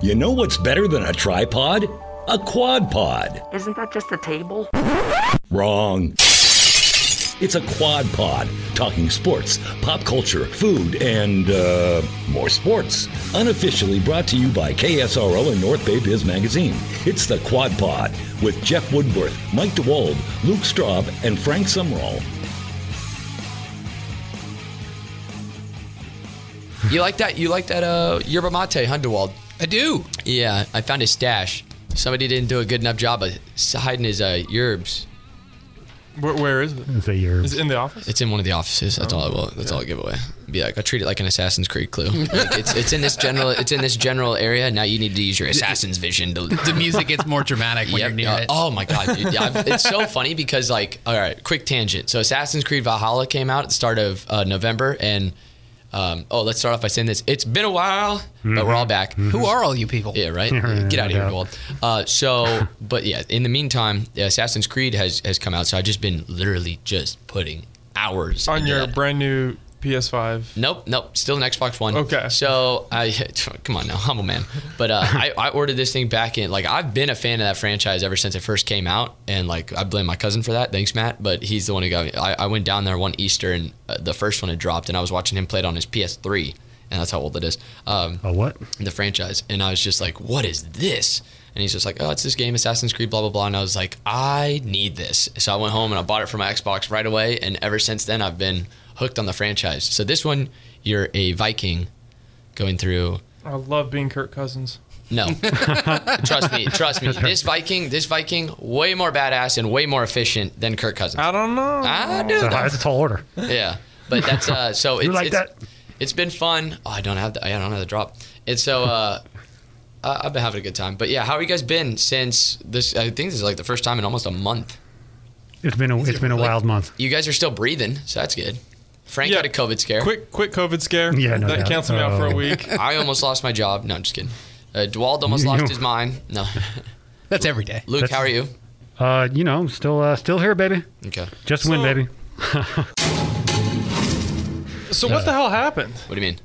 You know what's better than a tripod? A quad pod. Isn't that just a table? Wrong. It's a quad pod, talking sports, pop culture, food, and uh, more sports. Unofficially brought to you by KSRO and North Bay Biz Magazine. It's the Quad Pod with Jeff Woodworth, Mike DeWald, Luke Straub, and Frank Sumrall. You like that? You like that uh, yerba mate, Hundewald? I do. Yeah, I found his stash. Somebody didn't do a good enough job of hiding his uh, yerbs. Where, where is Mm-hmm. it? It's a year. Is it in the office? It's in one of the offices. That's all. I will, that's all I'll give away. Be like, I treat it like an Assassin's Creed clue. Like, it's it's in this general it's in this general area. Now you need to use your assassin's vision to The music gets more dramatic when Yep. you're near Uh, it. Oh my god, dude. Yeah, I've- it's so funny because like, all right, quick tangent. So Assassin's Creed Valhalla came out at the start of uh, November, and um, oh, let's start off by saying this: it's been a while, but we're all back. Who are all you people? Yeah, right. Yeah, Get out of here, yeah. Gold. Uh, so, but yeah, in the meantime, Assassin's Creed has has come out, so I've just been literally just putting hours On into your that. brand new PS5. Nope, nope. Still an Xbox One. Okay. So I come on now, humble man. But uh, I, I ordered this thing back in. Like I've been a fan of that franchise ever since it first came out, and like I blame my cousin for that. Thanks, Matt. But he's the one who got me. I, I went down there one Easter, and uh, the first one had dropped, and I was watching him play it on his PS3, and that's how old it is. Um, A what? the franchise. And I was just like, what is this? And he's just like, oh, it's this game, Assassin's Creed, blah, blah, blah. And I was like, I need this. So I went home and I bought it for my Xbox right away. And ever since then, I've been hooked on the franchise. So this one, you're a Viking going through. I love being Kirk Cousins. No, trust me, trust me. This Viking, this Viking, way more badass and way more efficient than Kirk Cousins. I don't know. I do. It's a, that's a tall order. Yeah, but that's uh. So it's, like it's, that? it's been fun. Oh, I don't have the I don't have the drop. And so uh, I, I've been having a good time. But yeah, how have you guys been since this? I think this is like the first time in almost a month. It's been a, it's been a wild month. You guys are still breathing, so that's good. Frank Yeah. had a COVID scare. Quick, quick COVID scare. Yeah, no that doubt. canceled me out for a Oh. week. I almost lost my job. No, I'm just kidding. Uh, Dwald almost You- lost you- his mind. No, That's every day. Luke, how are you? Uh, you know, still uh, still here, baby. Okay. Just win, So- baby. So what the hell happened? What do you mean?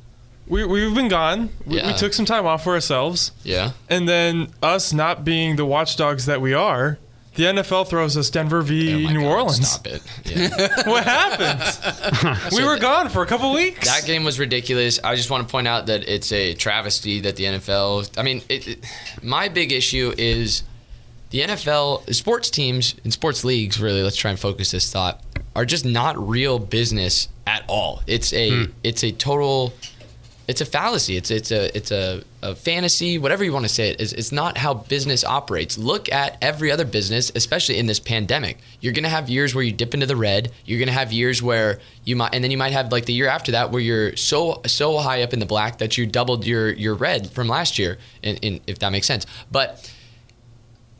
We we've been gone. We, we Yeah. took some time off for ourselves, Yeah. and then us not being the watchdogs that we are, the NFL throws us Denver v Oh my New God, Orleans. Stop it. Yeah. What happened? we were gone for a couple weeks. That game was ridiculous. I just want to point out that it's a travesty that the NFL. I mean, it, it- my big issue is the NFL sports teams and sports leagues. Really, let's try and focus this thought. Are just not real business at all. It's a it's a total. It's a fallacy. It's it's a it's a, a fantasy. Whatever you want to say it is. It's not how business operates. Look at every other business, especially in this pandemic. You're gonna have years where you dip into the red. You're gonna have years where you might, and then you might have like the year after that where you're so so high up in the black that you doubled your your red from last year, and, and if that makes sense. But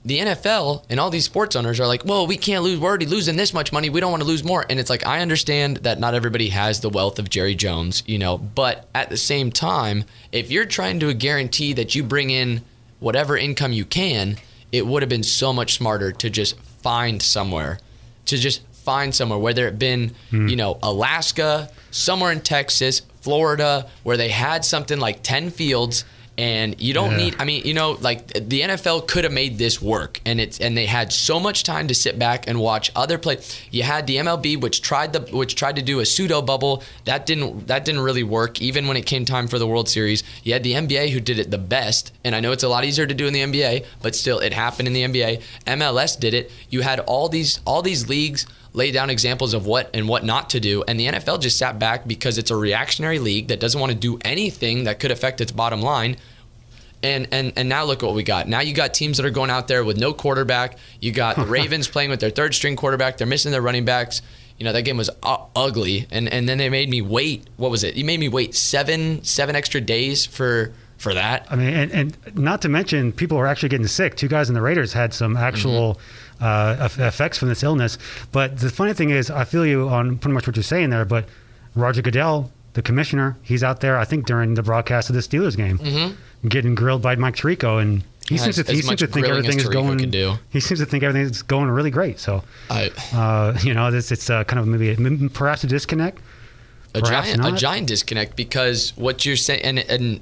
the NFL and all these sports owners are like, well, we can't lose. We're already losing this much money. We don't want to lose more. And it's like, I understand that not everybody has the wealth of Jerry Jones, you know, but at the same time, if you're trying to guarantee that you bring in whatever income you can, it would have been so much smarter to just find somewhere, to just find somewhere, whether it been, you know, Alaska, somewhere in Texas, Florida, where they had something like 10 fields and you don't Yeah. need I mean, you know, like the NFL could have made this work, and it's and they had so much time to sit back and watch other play. You had the MLB, which tried the which tried to do a pseudo bubble that didn't that didn't really work. Even when it came time for the World Series, you had the NBA who did it the best, and I know it's a lot easier to do in the NBA, but still, it happened in the NBA. MLS did it. You had all these all these leagues lay down examples of what and what not to do. And the NFL just sat back because it's a reactionary league that doesn't want to do anything that could affect its bottom line. And, and and now look what we got. Now you got teams that are going out there with no quarterback. You got the Ravens playing with their third string quarterback. They're missing their running backs. You know that game was u- ugly. And and then they made me wait. What was it? You made me wait seven seven extra days for for that. I mean, and, and not to mention, people are actually getting sick. Two guys in the Raiders had some actual Mm-hmm. uh, eff- effects from this illness. But the funny thing is, I feel you on pretty much what you're saying there. But Roger Goodell, the commissioner, he's out there. I think during the broadcast of the Steelers game, getting grilled by Mike Tirico, and he Yeah, seems to Mm-hmm. as- he as much seems to think grilling as everything is Tirico going. can do. He seems to think everything's going really great. So, I, uh, you know, this it's uh, kind of maybe m- perhaps a disconnect. a Perhaps giant a not. giant disconnect because what you're saying and and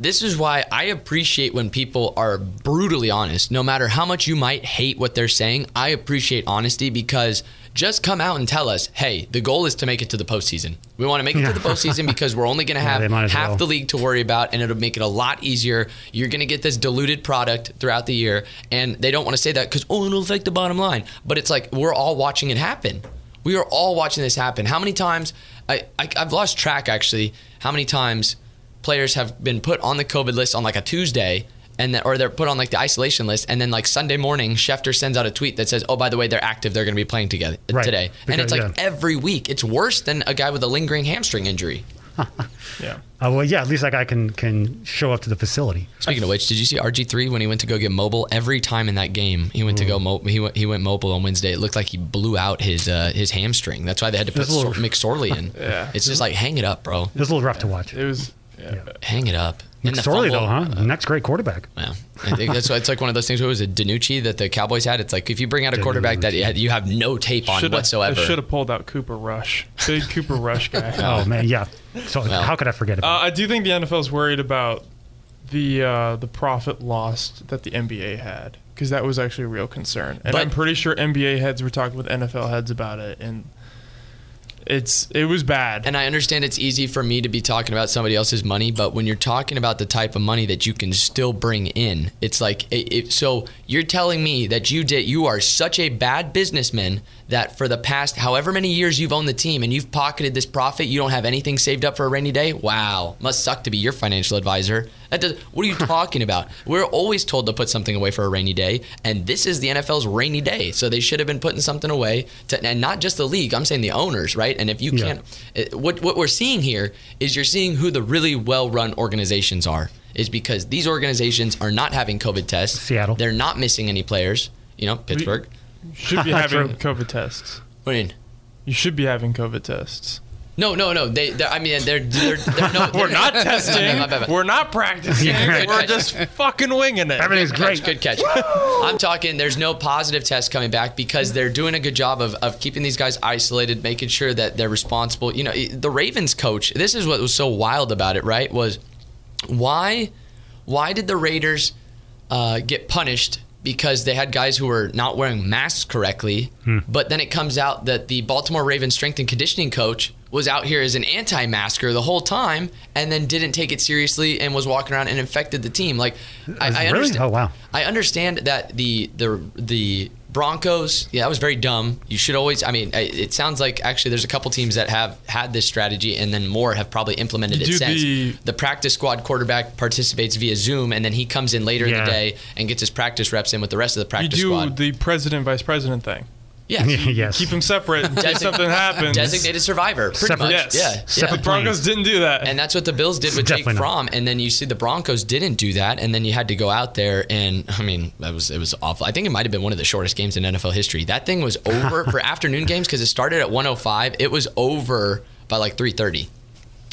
this is why I appreciate when people are brutally honest. No matter how much you might hate what they're saying, I appreciate honesty because just come out and tell us, hey, the goal is to make it to the postseason. We want to make it to the postseason because we're only going to Yeah, have they might as half well. the league to worry about, and it'll make it a lot easier. You're going to get this diluted product throughout the year, and they don't want to say that because oh, it'll affect the bottom line. But it's like we're all watching it happen. We are all watching this happen. How many times? I, I I've lost track actually. How many times players have been put on the COVID list on like a Tuesday? And then, or they're put on like the isolation list, and then like Sunday morning, Schefter sends out a tweet that says, "Oh, by the way, they're active. They're going to be playing together Right. today." and Because- it's like yeah. every week, it's worse than a guy with a lingering hamstring injury. Yeah. Uh, well, yeah, at least that guy can can show up to the facility. Speaking of which, did you see RG three when he went to go get mobile? Every time in that game, he went to Hmm. go mo- he went, he went mobile on Wednesday. It looked like he blew out his uh, his hamstring. That's why they had to put That's a Sor- little- McSorley in. Yeah. It's just like hang it up, bro. It was a little rough to watch. It was. Yeah. Hang it up. And the McSorley, fumble- though, huh? Next great quarterback. Yeah, I think that's why it's like one of those things. What was it, Danucci that the Cowboys had? It's like if you bring out a quarterback that you had- you have no tape on Shoulda- I whatsoever. should have pulled out Cooper Rush. Big Cooper Rush guy. Oh man, yeah. So Well. how could I forget Uh, about? I do think the NFL is worried about the uh, the profit lost that the NBA had because that was actually a real concern, and But- I'm pretty sure NBA heads were talking with NFL heads about it, and it's it was bad. And I understand it's easy for me to be talking about somebody else's money, but when you're talking about the type of money that you can still bring in, it's like it, it, so you're telling me that you did you are such a bad businessman that for the past however many years you've owned the team and you've pocketed this profit, you don't have anything saved up for a rainy day. Wow, must suck to be your financial advisor. That does, what are you talking about? We're always told to put something away for a rainy day, and this is the NFL's rainy day. So they should have been putting something away, to, and not just the league. I'm saying the owners, right? And if you Yeah. can't, it- what what we're seeing here is you're seeing who the really well-run organizations are. Is because these organizations are not having COVID tests. Seattle. They're not missing any players. You know, Pittsburgh. should be True. having COVID tests. What do you mean? You should be having COVID tests. No, no, no. They, they're, I mean, they're, they're, they're no, We're they're- not My bad, my bad, my bad. testing. We're not practicing. Yeah. We're just fucking winging it. Everything's Catch, great. Good catch. I'm talking. There's no positive test coming back because they're doing a good job of, of keeping these guys isolated, making sure that they're responsible. You know, it- the Ravens coach. This is what was so wild about it, right? Was why why did the Raiders uh, get punished because they had guys who were not wearing masks correctly? Hmm. But then it comes out that the Baltimore Ravens strength and conditioning coach was out here as an anti-masker the whole time and then didn't take it seriously and was walking around and infected the team like I, I Really? understand Oh, wow. I understand that the the the Broncos. Yeah, that was very dumb. You should always. I mean, I- it sounds like actually there's a couple teams that have had this strategy, and then more have probably implemented You it do since. the- practice squad quarterback participates via Zoom, and then he comes in later in Yeah. the day and gets his practice reps in with the rest of the You practice do squad. the president vice president thing. yeah. yes. Keep them separate in case Design- something happens. Designated survivor, pretty Separate- much. Yes. Yeah, Separate yeah. The Broncos didn't do that. And that's what the Bills did with Jake Definitely not. Fromm. And then you see the Broncos didn't do that, and then you had to go out there and I mean that was it was awful. I think it might have been one of the shortest games in NFL history. That thing was over for afternoon games because it started at 105. It was over by like 3:30.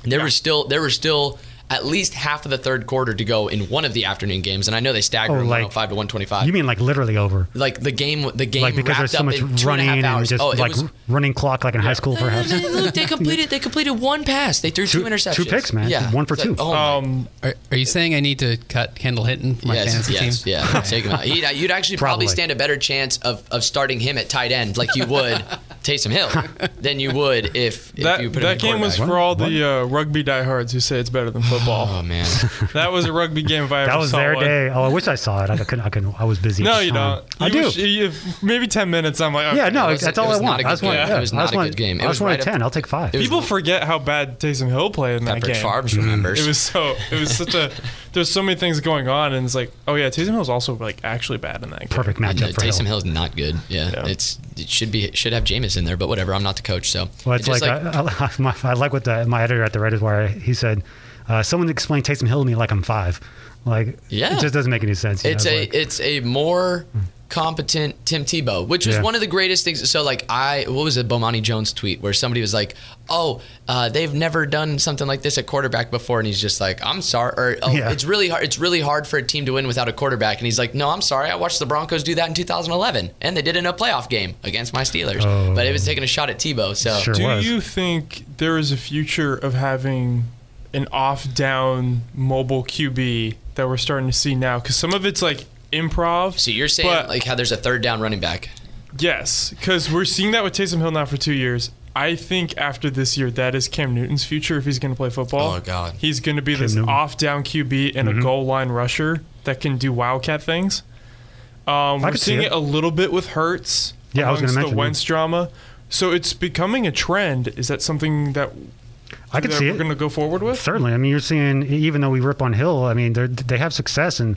There was still there were still at least half of the third quarter to go in one of the afternoon games, and I know they staggered Oh, from like- 105 to 125. you mean like literally over? like the game, the game Like because wrapped there's so up much in two and a running half and, hours. just oh, it like was r- running clock like in high school no, no, perhaps. no, no, Look, they completed. They completed one pass. They threw two, Two- interceptions. two picks, man. Yeah, One for It's like, two. Oh my um, Are, are you saying I need to cut Kendall Hinton from my yes, fantasy yes, team? yeah. Take him out. He'd, you'd actually probably. Probably. stand a better chance of, of starting him at tight end, like you would Taysom Hill, than you would if, if that you put him that at game was quarterback. for all the uh, rugby diehards who say it's better than Oh football. man, that was a rugby game if I ever That was saw their one. day. Oh, I wish I saw it. I couldn't. I couldn't. I was busy. at No, the you time. Um, don't. I You do. wish- if- maybe ten minutes. I'm like, okay. yeah, no, It was- that's it all I was not a want. good I just game. want. It yeah, was I not just a want- good game. It I was just wanted right up- ten. I'll take five. it was- People forget how bad Taysom Hill played in that Pepperidge game. Farms remembers. It was so. It was such a. There's so many things going on, and it's like, oh yeah, Taysom Hill's also like actually bad in that game. Perfect no, matchup for uh, Taysom Hill. Hill's not good. Yeah, Yeah. it's it should be it should have Jameis in there, but whatever. I'm not the coach, so Well, it's just like, uh, I, I, my, I like what the, my editor at the Raiders Wire he said. Uh, someone explained Taysom Hill to me like I'm five. Like Yeah. it just doesn't make any sense. you know, It's a like- it's a more competent Tim Tebow, which was Yeah. one of the greatest things. So like I, what was it, Bomani Jones tweet where somebody was like, "Oh, uh, they've never done something like this at quarterback before," and he's just like, "I'm sorry," or oh, Yeah. "It's really hard. It's really hard for a team to win without a quarterback," and he's like, "No, I'm sorry. I watched the Broncos do that in 2011, and they did it in a playoff game against my Steelers, Oh. but it was taking a shot at Tebow." So Sure. Do was. you think there is a future of having an off down mobile QB that we're starting to see now. Because some of it's like improv. So you're saying but- like how there's a third down running back. Yes, because we're seeing that with Taysom Hill now for two years. I think after this year, that is Cam Newton's future if he's going to play football. Oh, God. he's going to be this Newton. Mm-hmm. off down QB and a goal line rusher that can do wildcat things. Um, we're could see seeing it. it. a little bit with Hurts. Yeah, I was gonna amongst mention the that. Wentz drama. So it's becoming a trend. Is that something that I could that see we're it. going to go forward with? Certainly. I mean, you're seeing even though we rip on Hill, I mean, they're- they have success and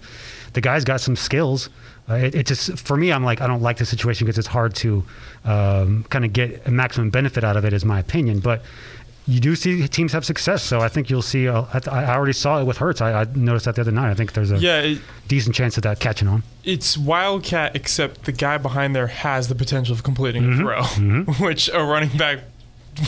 the guy's got some skills. Uh, it, it just for me, I'm like I don't like the situation because it's hard to um, kind of get a maximum benefit out of it, is my opinion. But you do see teams have success, so I think you'll see. A, I, I already saw it with Hertz. I, I noticed that the other night. I think there's a Yeah, it, decent chance of that catching on. it's wildcat except the guy behind there has the potential of completing Mm-hmm. a throw, which a running back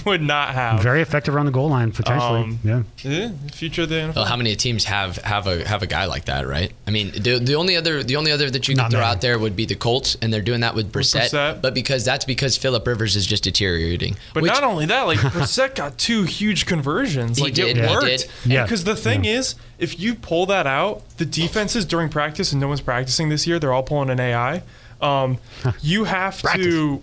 would not have. Very effective around the goal line potentially. Um, yeah. Yeah, future of the NFL. Well, how many teams have have a have a guy like that, right? I mean, the, the only other the only other that you could Not throw many. out there would be the Colts, and they're doing that with Brissett. Brissett. But because that's because Philip Rivers is just deteriorating. But which- not only that, like Brissett got two huge conversions. He like did, it he worked. did. Yeah. Because the thing is, if you pull that out, the defenses during practice, and no one's practicing this year, they're all pulling an AI. Um, you have to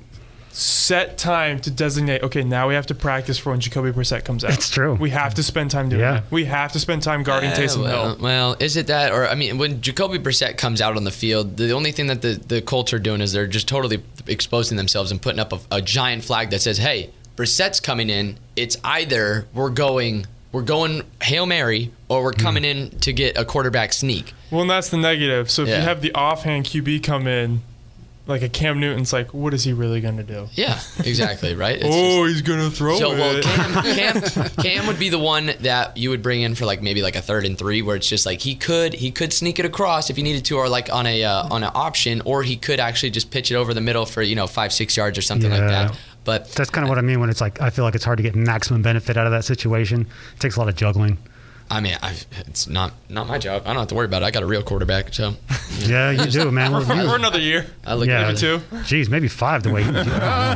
set time to designate. Okay, now we have to practice for when Jacoby Brissett comes out. It's true. We have to spend time doing Yeah. it. We have to spend time guarding Yeah, Taysom eh, well, Hill. well, is it that, or I mean, when Jacoby Brissett comes out on the field, the only thing that the, the Colts are doing is they're just totally exposing themselves and putting up a, a giant flag that says, "Hey, Brissett's coming in. It's either we're going, we're going hail mary, or Hmm. we're coming in to get a quarterback sneak." Well, and that's the negative. So if Yeah. you have the offhand QB come in, like a Cam Newton's, like, what is he really going to do? Yeah, exactly, right. It's oh, he's going to throw just- so it. well, Cam, Cam, Cam would be the one that you would bring in for like maybe like a third and three, where it's just like he could he could sneak it across if he needed to, or like on a uh, on an option, or he could actually just pitch it over the middle for you know five six yards or something like Yeah. that. But That's kind of what I mean when it's like I feel like it's hard to get maximum benefit out of that situation. It takes a lot of juggling. I mean, i it's not not my job. I don't have to worry about it. I got a real quarterback, so Yeah, you do, man. We're- for another year. I look yeah, at it. two. Geez, maybe five. The way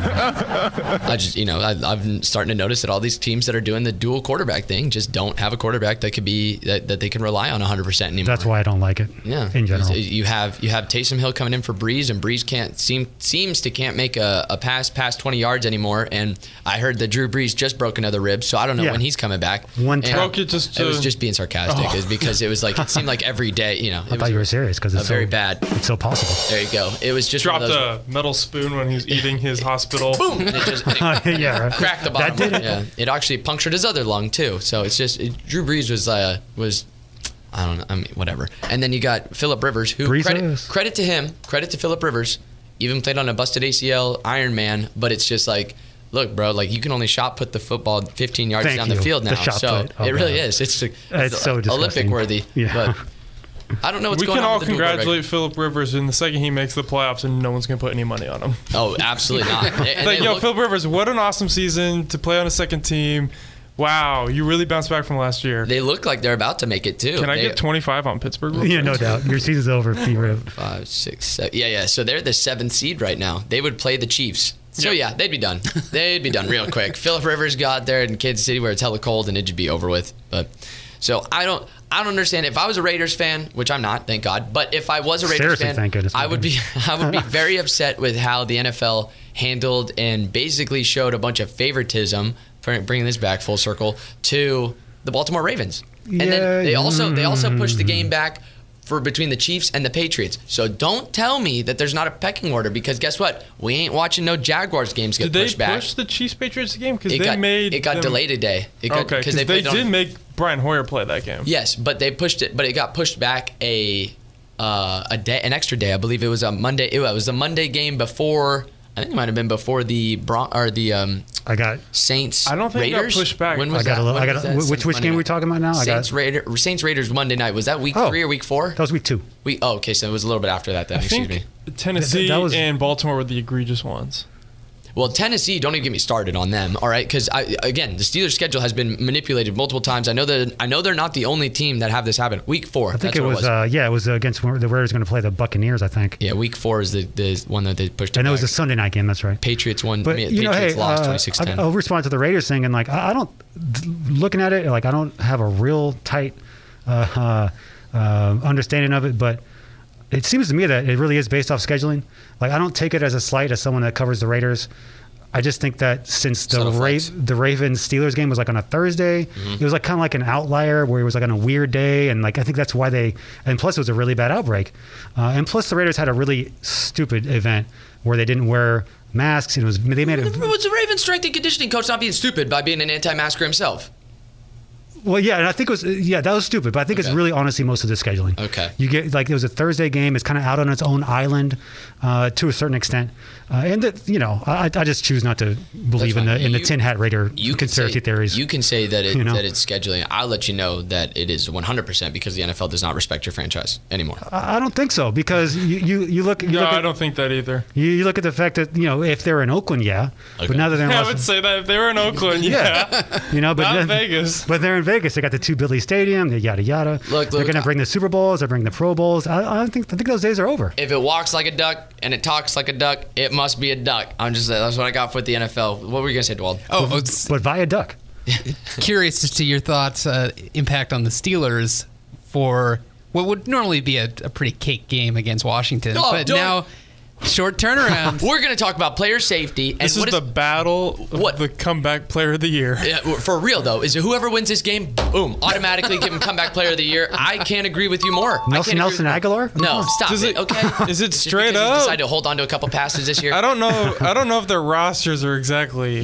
I just you know I, I'm starting to notice that all these teams that are doing the dual quarterback thing just don't have a quarterback that could be that, that they can rely on 100 percent anymore. That's why I don't like it. Yeah, In general. It's- you have you have Taysom Hill coming in for Breeze, and Breeze can't seem seems to can't make a, a pass past twenty yards anymore. And I heard that Drew Brees just broke another rib, so I don't know Yeah. when he's coming back. One And time. Broke it just was to- just being sarcastic, is because it was like it seemed like every day, you know. I thought you were serious because it's a so, very bad. It's so possible. There you go. It was just dropped one of those, a metal spoon when he was eating his hospital. boom, and it just and it yeah, right. cracked the bottom. That did it. Yeah, it actually punctured his other lung too. So it's just it, Drew Brees was uh, was I don't know, I mean whatever. And then you got Philip Rivers, who Breezes. credit credit to him, credit to Philip Rivers, even played on a busted ACL Iron Man, but it's just like. Look, bro. Like you can only shot put the football 15 yards Thank down you. the field now. The shot so put. Oh, it really God. is. It's, it's, It's so Olympic disgusting. worthy. Yeah. But I don't know what's we going can on. all with the dual quarterback. congratulate Philip Rivers in the second he makes the playoffs, and no one's gonna put any money on him. Oh, absolutely not. And- and like, they yo, look- Philip Rivers, what an awesome season to play on a second team. Wow, you really bounced back from last year. they look like they're about to make it too. can I They- get 25 on Pittsburgh? real Yeah, quick? no doubt. Your season's over, P Rib. five, six, seven. Yeah, yeah. So they're the seventh seed right now. They would play the Chiefs. So yeah, they'd be done. They'd be done real quick. Philip Rivers got there in Kansas City where it's hella cold and it'd be over with. But so I don't. I don't understand. If I was a Raiders fan, which I'm not, thank God, but if I was a Raiders Seriously, fan, thank goodness, I my would be I would be very upset with how the NFL handled and basically showed a bunch of favoritism, bringing this back full circle to the Baltimore Ravens. And Yeah, then they also they also pushed the Mm. game back for between the Chiefs and the Patriots. So don't tell me that there's not a pecking order because guess what? We ain't watching no Jaguars games get Did they pushed back. push the Chiefs Patriots game because it they got made it got them- delayed a day. It got, Okay, because they, played on- did make Brian Hoyer play that game. Yes, but they pushed it, but it got pushed back a uh, a day, an extra day. I believe it was a Monday. It was the Monday game before. I think it might have been before the Bron- or the um, I got. Saints. I don't think it got Raiders. pushed back. When was I got that? a little. When I was got. that A, which Saints which Monday game are we night? talking about now? I got. Saints, Raider, Saints Raiders Monday night was that week Oh. three or week four? That was week two. we oh okay, so it was a little bit after that. Then I excuse think me. Tennessee Th- that was- and Baltimore were the egregious ones. Well, Tennessee, don't even get me started on them. All right, because again, the Steelers' schedule has been manipulated multiple times. I know that I know they're not the only team that have this happen. Week four, I think that's it what was, Uh, yeah, it was against where- the Raiders going to play the Buccaneers, I think. yeah, week four is the, the one that they pushed. And back. it was a Sunday night game. That's right. Patriots won. I But mean, you know, Patriots hey, lost uh, twenty six I, I'll ten. respond to the Raiders thing, and like I, I don't looking at it, like I don't have a real tight uh, uh, uh, understanding of it, but it seems to me that it really is based off scheduling. Like I don't take it as a slight as someone that covers the Raiders. I just think that since the Subtle Ra- flex. the Ravens Steelers game was like on a Thursday, Mm-hmm. it was like kind of like an outlier where it was like on a weird day, and like I think that's why they. And plus, it was a really bad outbreak, uh, and plus the Raiders had a really stupid event where they didn't wear masks and it was they made it Was the Ravens' strength and conditioning coach not being stupid by being an anti-masker himself? Well, yeah, and I think it was yeah that was stupid, but I think it's Okay. really honestly most of the scheduling. Okay. you get like it was a Thursday game; it's kind of out on its own island uh, to a certain extent, uh, and that you know I, I just choose not to believe fine. in the in the You- tin hat raider you can conspiracy say, theories. You can say that it, You know? that it's scheduling. I'll let you know that it is 100% because the NFL does not respect your franchise anymore. I I don't think so because you you, you look you No, look at, I don't think that either. You, you look at the fact that you know if they're in Oakland, yeah, but Okay. now that they're in I Los- would say that if they were in Oakland, yeah. you know, but Not then- Vegas. But they're in Vegas. They got the two Billy Stadium, the yada yada. Look, they're look, going to I- bring the Super Bowls. They're bringing the Pro Bowls. I, I don't think I think those days are over. If it walks like a duck and it talks like a duck, it must be a duck. I'm just that's what I got for the NFL. What were you gonna say, Dwald? Oh, I was But via duck. curious as to your thoughts uh, impact on the Steelers for what would normally be a, a pretty cake game against Washington, Oh, but don't- now short turnaround. We're gonna talk about player safety. And This is what the battle of What? the comeback player of the year. Yeah, uh, for real though, is it whoever wins this game, boom, automatically give him comeback player of the year? I can't agree with you more. I Nelson can't agree with Nelson you more. Aguilar? No, Come on. stop Does it. it- Okay, is it Just straight because up? You decided to hold on to a couple passes this year. I don't know. I don't know if their rosters are exactly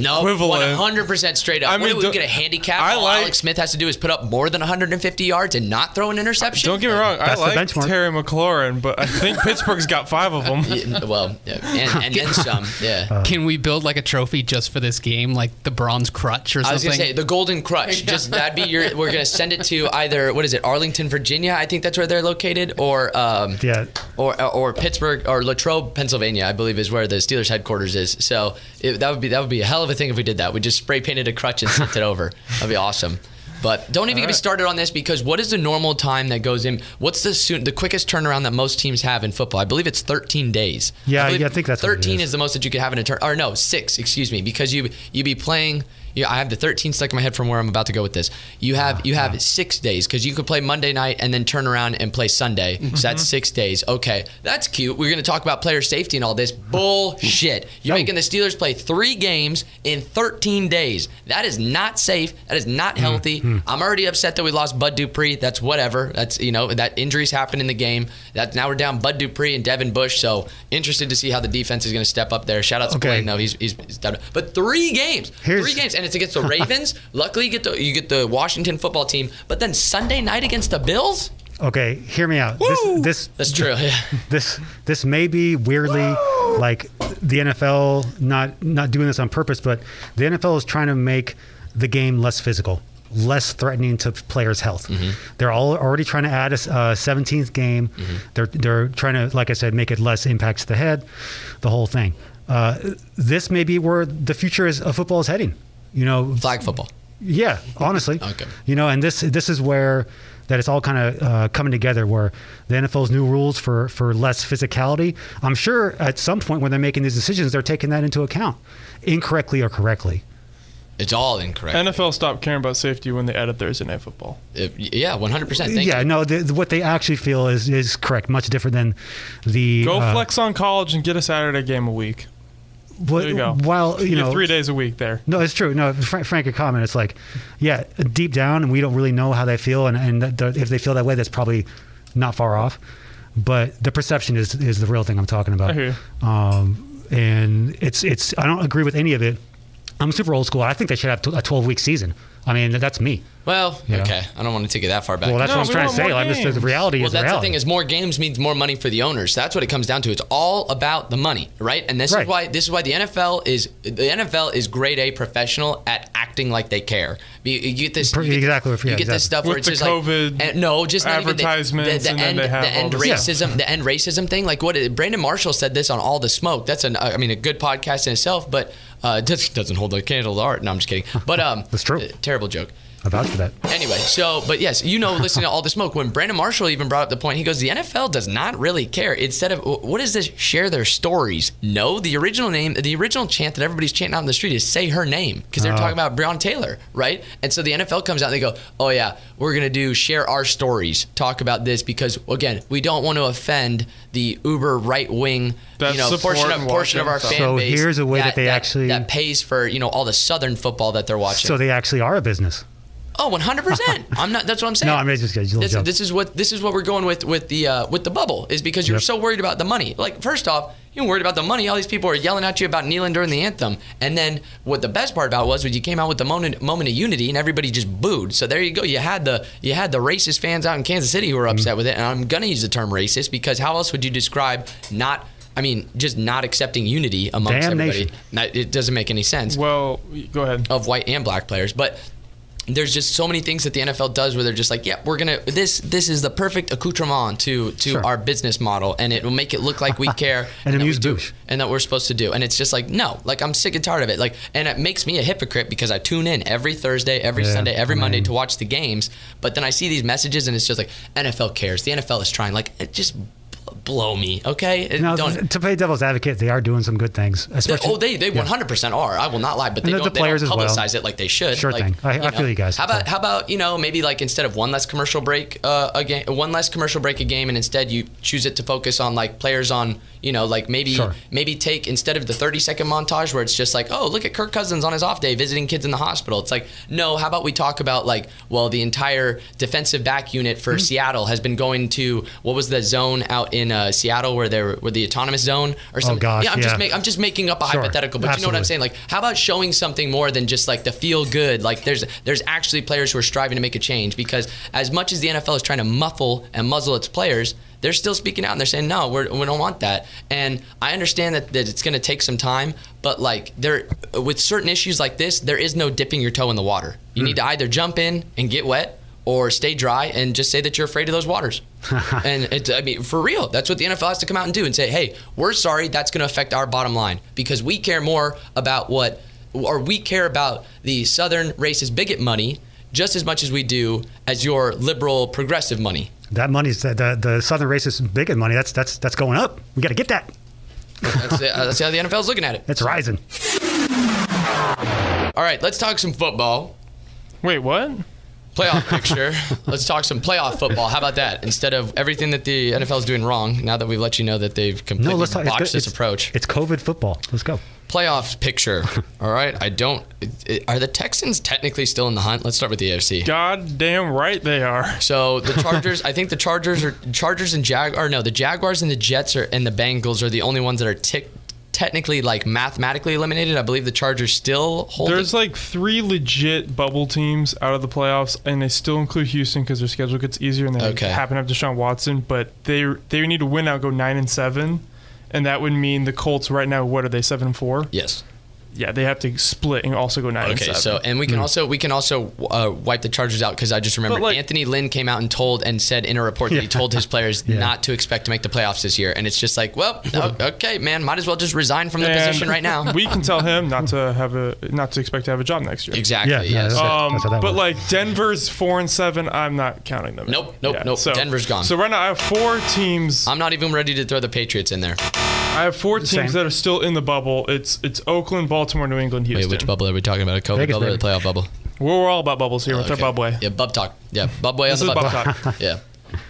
No, equivalent. 100% straight up. I I mean, mean, we don't- get a handicap. I All like- Alex Smith has to do is put up more than 150 yards and not throw an interception. Don't get me wrong. I That's the like benchmark. Terry McLaurin, but I think Pittsburgh's got five of them. Yeah, well, yeah, and, and then some. Yeah. Uh, Can we build like a trophy just for this game, like the bronze crutch or I something? was gonna say the Golden Crutch. Just that'd be your. We're gonna send it to either what is it, Arlington, Virginia? I think that's where they're located, or um, Yeah. or or Pittsburgh or Latrobe, Pennsylvania. I believe is where the Steelers headquarters is. So it, that would be that would be a hell of a thing if we did that. We just spray painted a crutch and sent it over. That'd be awesome. But don't even get me started on this because what is the normal time that goes in? What's the soon, the quickest turnaround that most teams have in football? I believe it's 13 days. Yeah, believe yeah, I think that's what it 13 is. is is the most that you could have in a turn. Or no, six. Excuse me, because you you be playing. You, I have the 13 stuck in my head from where I'm about to go with this. You have you have six days because you could play Monday night and then turn around and play Sunday. So that's six days. Okay, that's cute. We're gonna talk about player safety and all this bullshit. You're making the Steelers play three games in 13 days. That is not safe. That is not Hmm. healthy. I'm already upset that we lost Bud Dupree. That's whatever. That's you know that injuries happen in the game. That now we're down Bud Dupree and Devin Bush. So interested to see how the defense is going to step up there. Shout out to Okay. Blaine though. He's he's, he's done. it. But three games, Here's- three games, and it's against the Ravens. Luckily, you get the you get the Washington football team. But then Sunday night against the Bills. Okay, hear me out. This, this That's true. Yeah. this this may be weirdly like the NFL not not doing this on purpose, but the NFL is trying to make the game less physical, less threatening to players' health. Mm-hmm. They're all already trying to add a uh, seventeenth game. Mm-hmm. They're they're trying to, like I said, make it less impact to the head, the whole thing. Uh, this may be where the future is of football is heading. You know, Flag football. Yeah, honestly. Okay. You know, and this this is where that it's all kind of uh, coming together. Where the NFL's new rules for for less physicality. I'm sure at some point when they're making these decisions, they're taking that into account, incorrectly or correctly. It's all incorrect. NFL stopped caring about safety when they added Thursday night football. If- yeah, 100. percent Thank yeah, you. no, the, what they actually feel is is correct. Much different than the Go uh, flex on college and get a Saturday game a week. what- There you go. While you You know three days a week there. No, it's true. No, Frank, Frank could comment. It's like, yeah, deep down, we don't really know how they feel, and and that, that- if they feel that way, that's probably not far off. But the perception is is the real thing I'm talking about. I hear Um, and it's it's I don't agree with any of it. I'm super old school. I think they should have t- a 12 week season. I mean, that's me. Well, Yeah. okay. I don't want to take it that far back. Well, that's No, what I'm we trying to want say. more Like, this, the games. reality Well, is that's reality. the thing is more games means more money for the owners. That's what it comes down to. It's all about the money, right? And this Right. is why this is why the NFL is the NFL is grade A professional at acting like they care. You, you get this Per- you get, exactly, You yeah, get this exactly. stuff where it's With the just COVID like and- no, just not even the- advertisements, the, the, and then end, they have the all end this- Yeah. racism, the end racism thing. Like what it- Brandon Marshall said this on All the Smoke. That's an I mean a good podcast in itself, but uh, it just doesn't hold a candle to art. No, I'm just kidding. But um, That's true. Terrible joke. I vouch for that. Anyway, so but yes, you know, listening to all the smoke. When Brandon Marshall even brought up the point, he goes, "The NFL does not really care. Instead of wh- what is this? Share their stories. No, the original name, the original chant that everybody's chanting out in the street is say her name because Ah. they're talking about Breon Taylor, right? And so the NFL comes out and they go, "Oh yeah, we're gonna do share our stories, talk about this because again, we don't want to offend the uber right wing, you That know, portion support of and portion of watch our and stuff. fan So base. here's a way that they actually- that pays for you know all the southern football that they're watching. So they actually are a business. Oh, 100 percent. I'm not. That's what I'm saying. No, I mean, it's just a little this, joke. this is what this is what we're going with with the uh, with the bubble is because you're Yep. so worried about the money. Like first off, you're worried about the money. All these people are yelling at you about kneeling during the anthem, and then what the best part about was when you came out with the moment moment of unity and everybody just booed. So there you go. You had the you had the racist fans out in Kansas City who were upset Mm-hmm. with it, and I'm gonna use the term racist because how else would you describe not? I mean, just not accepting unity amongst Damnation. everybody. Not- It doesn't make any sense Well, go ahead. of white and black players, but there's just so many things that the NFL does where they're just like, yeah, we're gonna this this is the perfect accoutrement to to Sure. our business model, and it will make it look like we care And that we amuse do- bouche. and that we're supposed to do, and it's just like no, like I'm sick and tired of it, like, and it makes me a hypocrite because I tune in every Thursday, every Yeah, Sunday, every I Monday mean- to watch the games, but then I see these messages and it's just like NFL cares, the NFL is trying, like it just bl- blow me, okay? It- Now, don't- to play devil's advocate, they are doing some good things. they, Especially, oh, they they yeah. one hundred percent are. I will not lie, but they And the don't, they players don't as well. publicize it like they should. Sure like, thing. I- I know. feel you guys. How about Yeah. how about you know maybe like instead of one less commercial break uh, a game, one less commercial break a game, and instead you choose it to focus on like players on you know like maybe Sure. maybe take instead of the thirty second montage where it's just like oh look at Kirk Cousins on his off day visiting kids in the hospital. It's like no, how about we talk about like well the entire defensive back unit Mm-hmm. for Seattle has been going to what was the zone out in uh, Seattle where they were, where the autonomous zone or something. Oh, gosh, yeah, I'm yeah. just make, I'm just making up a Sure. hypothetical, but you know what I'm Absolutely. saying? Like, how about showing something more than just like the feel good? Like, there's there's actually players who are striving to make a change because as much as the NFL is trying to muffle and muzzle its players, they're still speaking out and they're saying no, we're, we don't want that. And I understand that, that it's going to take some time, but like there with certain issues like this, there is no dipping your toe in the water. You Hmm. need to either jump in and get wet. Or stay dry and just say that you're afraid of those waters. and it, I mean, for real, that's what the NFL has to come out and do and say, hey, we're sorry, that's going to affect our bottom line because we care more about what or we care about the southern racist bigot money just as much as we do as your liberal progressive money. that money's the, the, the Southern racist bigot money. That's that's that's going up. We got to get that. That's, it. uh, that's how the NFL's looking at it. It's rising. All right, let's talk some football. Wait, what? Playoff picture. let's talk some playoff football. How about that? Instead of everything that the NFL is doing wrong, now that we've let you know that they've completely No, let's talk. botched it's, this it's- approach. It's COVID football. Let's go. playoff picture. All right, I don't. It, it- are the Texans technically still in the hunt? Let's start with the AFC. God damn right they are. So the Chargers, I think the Chargers are Chargers and Jag or no, the Jaguars and the Jets are and the Bengals are the only ones that are tick technically like mathematically eliminated. I believe the Chargers still hold. There's it. like three legit bubble teams out of the playoffs, and they still include Houston because their schedule gets easier, and they Okay. happen to have Deshaun Watson. But they they need to win out, go nine and seven, and that would mean the Colts right now. What are they seven and four? yes. Yeah, they have to split and also go nine and Okay, seven. so and we can also we can also uh, wipe the Chargers out because I just remembered Hmm. But, like- Anthony Lynn came out and told and said in a report that he told his players not to expect to make the playoffs this year, and it's just like, well, o- okay, man, might as well just resign from the And position right now. we can tell him not to have a not to expect to have a job next year. exactly. Yeah, yeah, yes. that's- Um, how that but works. like Denver's four and seven, I'm not counting them. Nope, nope, nope. Denver's gone. So right now I have four teams. I'm not even ready to throw the Patriots in there. I have four teams Same. that are still in the bubble. It's it's Oakland, Baltimore, New England, Wait, Houston. which bubble are we talking about? A COVID Vegas, bubble or the baby. playoff bubble? We're, we're all about bubbles here with Okay. our bubble. Yeah, bub talk. Yeah, bubway This on the is bub bub talk. yeah.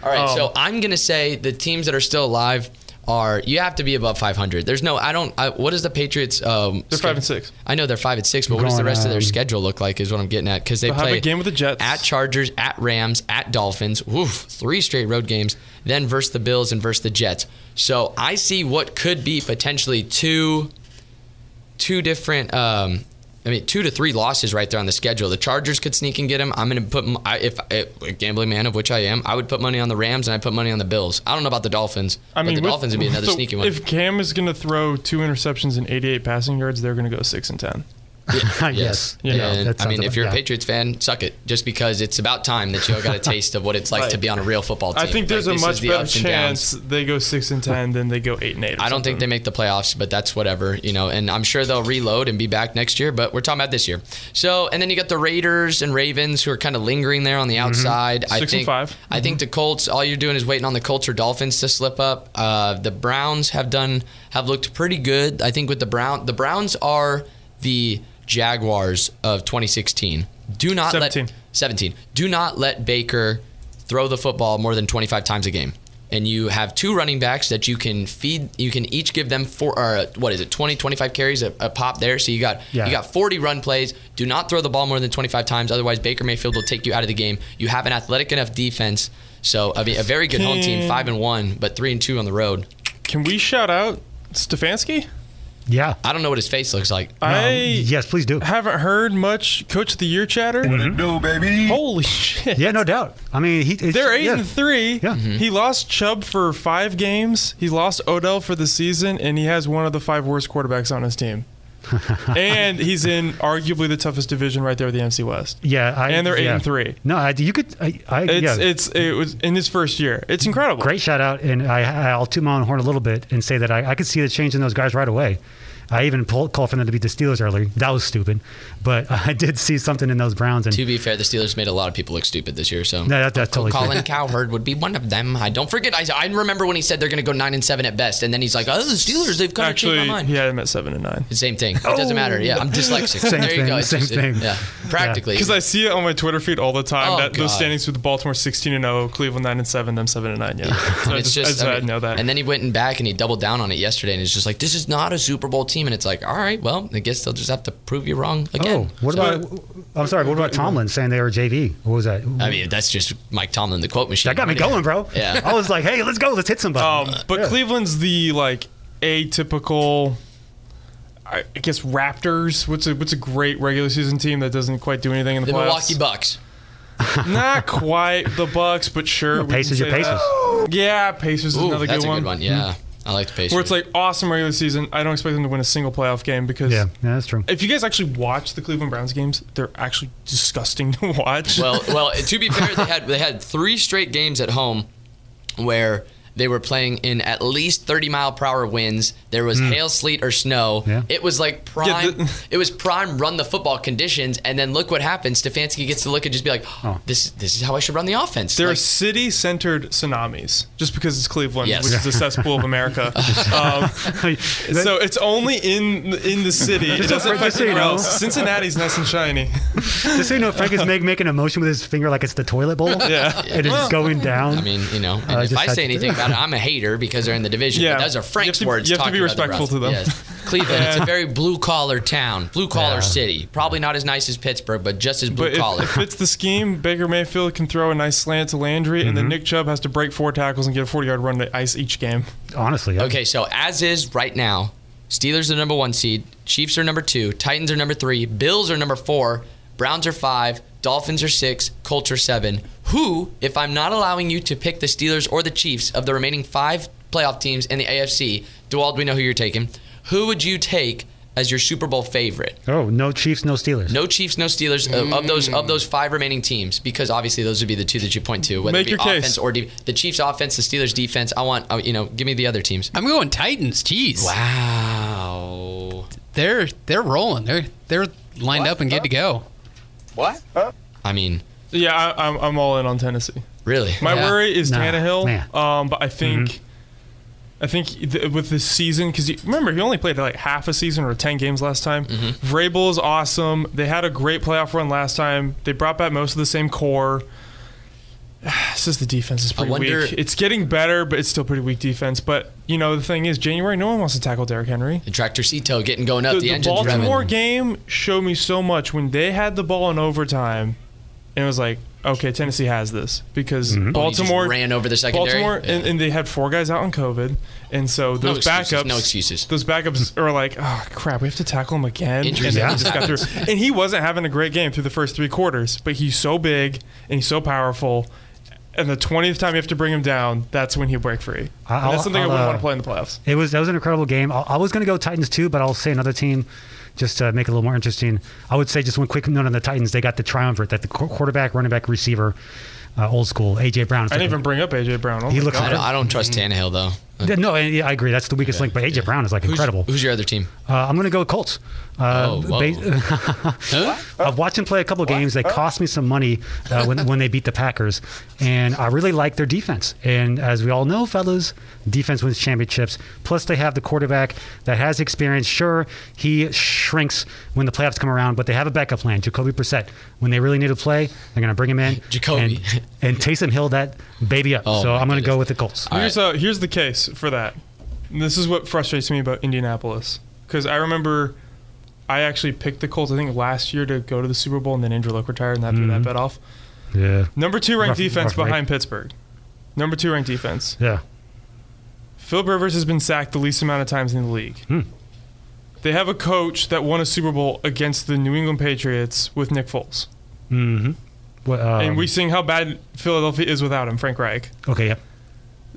All right, Oh. so I'm gonna say the teams that are still alive are you have to be above 500. There's no I don't. I, what is the Patriots? Um, They're five and six. I know they're five and six, but what does the Going, rest of their um, schedule look like? Is what I'm getting at because they have play a game with the Jets. at Chargers, at Rams, at Dolphins. Woof, three straight road games. Then versus the Bills and versus the Jets. So I see what could be potentially two two different um, I mean, two to three losses right there on the schedule. The Chargers could sneak and get him. I'm going to put, m- I, if, if a gambling man of which I am, I would put money on the Rams and I put money on the Bills. I don't know about the Dolphins. I mean, but the with- Dolphins would be another so sneaky one. If Cam is going to throw two interceptions and 88 passing yards, they're going to go six and ten. yes. You know, Yeah, and that I mean, if sounds about- you're yeah. a Patriots fan, suck it. Just because it's about time that you all got a taste of what it's like to be on a real football team. I think there's Like, a this is much the better ups and downs. chance they go six and ten than they go eight and eight. or I don't think something. they make the playoffs, but that's whatever, you know. And I'm sure they'll reload and be back next year, but we're talking about this year. So, and then you got the Raiders and Ravens who are kind of lingering there on the outside. I Mm-hmm. Six and think five. Mm-hmm. I think the Colts all you're doing is waiting on the Colts or Dolphins to slip up. Uh, the Browns have done have looked pretty good. I think with the Brown the Browns are the Jaguars of 2016. Do not Seventeen. let 17. Do not let Baker throw the football more than 25 times a game. And you have two running backs that you can feed. You can each give them four, or uh, what is it, 20, 25 carries a, a pop there. So you got Yeah. you got 40 run plays. Do not throw the ball more than 25 times. Otherwise, Baker Mayfield will take you out of the game. You have an athletic enough defense. So I mean, a very good home team, five and one, but three and two on the road. Can we shout out Stefanski? Yeah. I don't know what his face looks like. I yes, please do. haven't heard much Coach of the Year chatter. No, baby. Holy shit! Yeah, no doubt. I mean, he. it's- They're eight yeah. and three. Yeah. Mm-hmm. Mhm. He lost Chubb for five games. He lost Odell for the season, and he has one of the five worst quarterbacks on his team. and he's in arguably the toughest division right there with the MC West. Yeah, I, And they're eight yeah. and three. No, I, you could. I, I yeah. It's it's it was in his first year. It's incredible. Great shout out, and I, I'll toot my own horn a little bit and say that I, I could see the change in those guys right away. I even pulled, called for them to beat the Steelers early. That was stupid, but I did see something in those Browns, and To be fair, the Steelers made a lot of people look stupid this year. So No, that- that's totally true. Colin Cowherd would be one of them. I don't forget. I, I remember when he said they're going to go nine and seven at best, and then he's like, "Oh, the Steelers, they've kind of changed Actually, my mind." he had him at seven and nine. Same thing. It doesn't matter. Yeah, I'm dyslexic. Same there you thing, go. It's same just- it- thing. yeah, practically. Because I see it on my Twitter feed all the time. Oh, that those God. standings with Baltimore sixteen and zero, Cleveland nine and seven, them seven and nine. Yeah, so I it's just, just, I, just- I I mean, know that. And then he went and back and he doubled down on it yesterday, and it's just like, "This is not a Super Bowl team." And it's like, "All right, well, I guess they'll just have to prove you wrong oh, again." what So, about? I'm sorry, what about Tomlin saying they were JV? What was that? I mean, that's just Mike Tomlin, the quote machine. that got me going, bro. Yeah. I was like, hey, let's go, let's hit somebody. Um, but Cleveland's the like atypical. I I guess Raptors. What's a what's a great regular season team that doesn't quite do anything in the, The playoffs? Milwaukee Bucks. Not quite the Bucks, but sure. we can Pacers, your say that. Pacers. Yeah, Pacers is Ooh, another that's good a one. good one. Yeah, Hmm. I like the Pacers. Where it's like awesome regular season. I don't expect them to win a single playoff game because Yeah, yeah, that's true. if you guys actually watch the Cleveland Browns games, they're actually disgusting to watch. Well, well. To be fair, they had they had three straight games at home where they were playing in at least 30 mile per hour winds. There was hail, sleet, or snow. Yeah. It was like Hmm. Yeah, prime. the- it was prime run the football conditions, and then look what happens. Stefanski gets to look and just be like, "This this is how I should run the offense." Oh. There are Like, city-centered tsunamis, just because it's Cleveland, Yes. which is the cesspool of America. um, so it's only in in the city. It doesn't Just affect so you anywhere know. else. Cincinnati's nice and shiny. Just so you know, Frank is make, making a motion with his finger like it's the toilet bowl. Yeah. And it's going down. I mean, you know, and I if just I had say to- anything about it, I'm a hater because they're in the division. Yeah. But those are You have Frank's to- words. you have to talking be about the respectful Browns. to them. Cleveland, it's a very blue collar town, blue collar city. Probably not as nice as Pittsburgh, but just as blue But if, collar. if it's the scheme, Baker Mayfield can throw a nice slant to Landry, and then Nick Chubb has to break four tackles and get a 40-yard run to ice each game. Honestly. yeah. Okay, so as is right now, Steelers are number one seed, Chiefs are number two, Titans are number three, Bills are number four, Browns are five, Dolphins are six, Colts are seven. Who, if I'm not allowing you to pick the Steelers or the Chiefs of the remaining five playoff teams in the AFC, Dewald, we know who you're taking. Who would you take as your Super Bowl favorite? Oh, no Chiefs, no Steelers. No Chiefs, no Steelers uh, of, of those of those five remaining teams, because obviously those would be the two that you point to, whether it Make be your case. offense or de- the Chiefs' offense, the Steelers' defense. I want uh, you know, give me the other teams. I'm going Titans. Jeez, Wow. they're they're rolling. They're they're lined up and good to go. What? I mean, Yeah, I, I'm, I'm all in on Tennessee. really. My Yeah. worry is Nah, man. Mm-hmm. Tannehill, um, but I think, I think th- with this season, because remember he only played like half a season or ten games last time. Vrabel is awesome. They had a great playoff run last time. They brought back most of the same core. It's just the defense is pretty wonder- weak. It's getting better, but it's still pretty weak defense. But you know the thing is, January no one wants to tackle Derrick Henry. The tractor Cito getting going up, The, the, the engine's Baltimore revving. game showed me so much when they had the ball in overtime, and it was like, okay, Tennessee has this because Mm-hmm. Oh, he just Baltimore ran over the secondary. Baltimore, Yeah. and, and they had four guys out on COVID, and so those excuses, backups, no excuses. Those backups are like, oh crap, we have to tackle him again. Injuries and then Yeah. he just got through. And he wasn't having a great game through the first three quarters, but he's so big and he's so powerful. And the twentieth time you have to bring him down, that's when he'll break free. I'll- and that's something I'll, I wouldn't uh, want to play in the playoffs. It was that was an incredible game. I, I was going to go Titans too, but I'll say another team just to make it a little more interesting. I would say just one quick note on the Titans. They got the triumvirate that the qu- quarterback, running back, receiver, uh, old school AJ Brown. I didn't even bring up AJ Brown. Oh He my looks- God. I don't, I don't trust Tannehill though. Yeah, no, and, yeah, I agree. That's the weakest link, but AJ Brown is like Who's- incredible. Who's your other team? uh, I'm going to go Colts. Uh, Oh, whoa. Huh? I've watched them play a couple of games. They cost me some money uh, when, when they beat the Packers, and I really like their defense. And as we all know, fellas, defense wins championships. Plus, they have the quarterback that has experience. Sure, he shrinks when the playoffs come around, but they have a backup plan. Jacoby Brissett. When they really need to play, they're going to bring him in. Jacoby. and, and Taysom Hill that baby up. Oh, so my I'm going to go goodness. with the Colts. All Here's uh, here's the case for that. And this is what frustrates me about Indianapolis because I remember I actually picked the Colts I think last year to go to the Super Bowl and then Andrew Luck retired and that threw that bet off. Yeah, Number two ranked Rough- defense rough break. behind Pittsburgh. Number two ranked defense. yeah. Phil Rivers has been sacked the least amount of times in the league. They have a coach that won a Super Bowl against the New England Patriots with Nick Foles, Mm-hmm. What, um, and we seeing how bad Philadelphia is without him, Frank Reich. okay. Yep.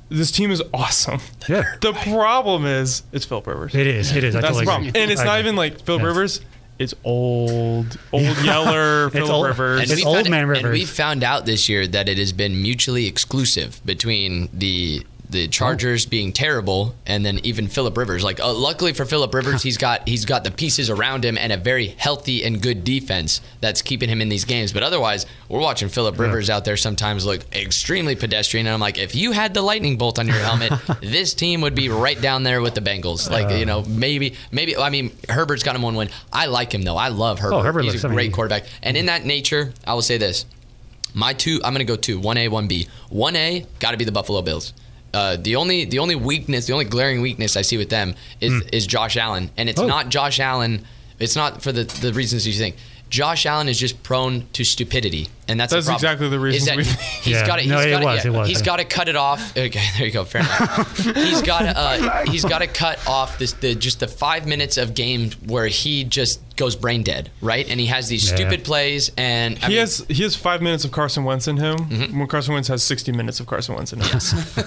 This team is awesome. Yeah. The problem is it's Phil Rivers. It is. It is. I That's totally the problem. agree. And it's I not agree. even like Phil Yes. Rivers. It's old, old Yeller, Phil old. Rivers. It's we old found- man And Rivers. we found out this year that it has been mutually exclusive between the the Chargers being terrible and then even Philip Rivers. Like, uh, luckily for Philip Rivers, he's got he's got the pieces around him and a very healthy and good defense that's keeping him in these games. But otherwise, we're watching Philip Rivers out there sometimes look extremely pedestrian. And I'm like, if you had the lightning bolt on your helmet, this team would be right down there with the Bengals. Like, Uh. you know, maybe maybe I mean Herbert's got him one win. I like him though. I love Herbert. Oh, Herbert he's looks- a I mean, great he- quarterback. And in that nature, I will say this: my two, I'm going to go two, one A, one B. One A got to be the Buffalo Bills. Uh, the only the only weakness, the only glaring weakness I see with them is is Josh Allen, and it's Hmm. Oh. not Josh Allen. It's not for the the reasons you think. Josh Allen is just prone to stupidity, and that's, the That's problem, exactly the is reasons that we- He's Yeah. got to. No, it got was, it was. He's got to cut it off. Okay, there you go. Fair enough. he's got to. Uh, he's got to cut off this the just the five minutes of game where he just goes brain dead, right? And he has these Yeah. stupid plays, and I he mean, has he has five minutes of Carson Wentz in him. Mm-hmm. When Carson Wentz has sixty minutes of Carson Wentz in him.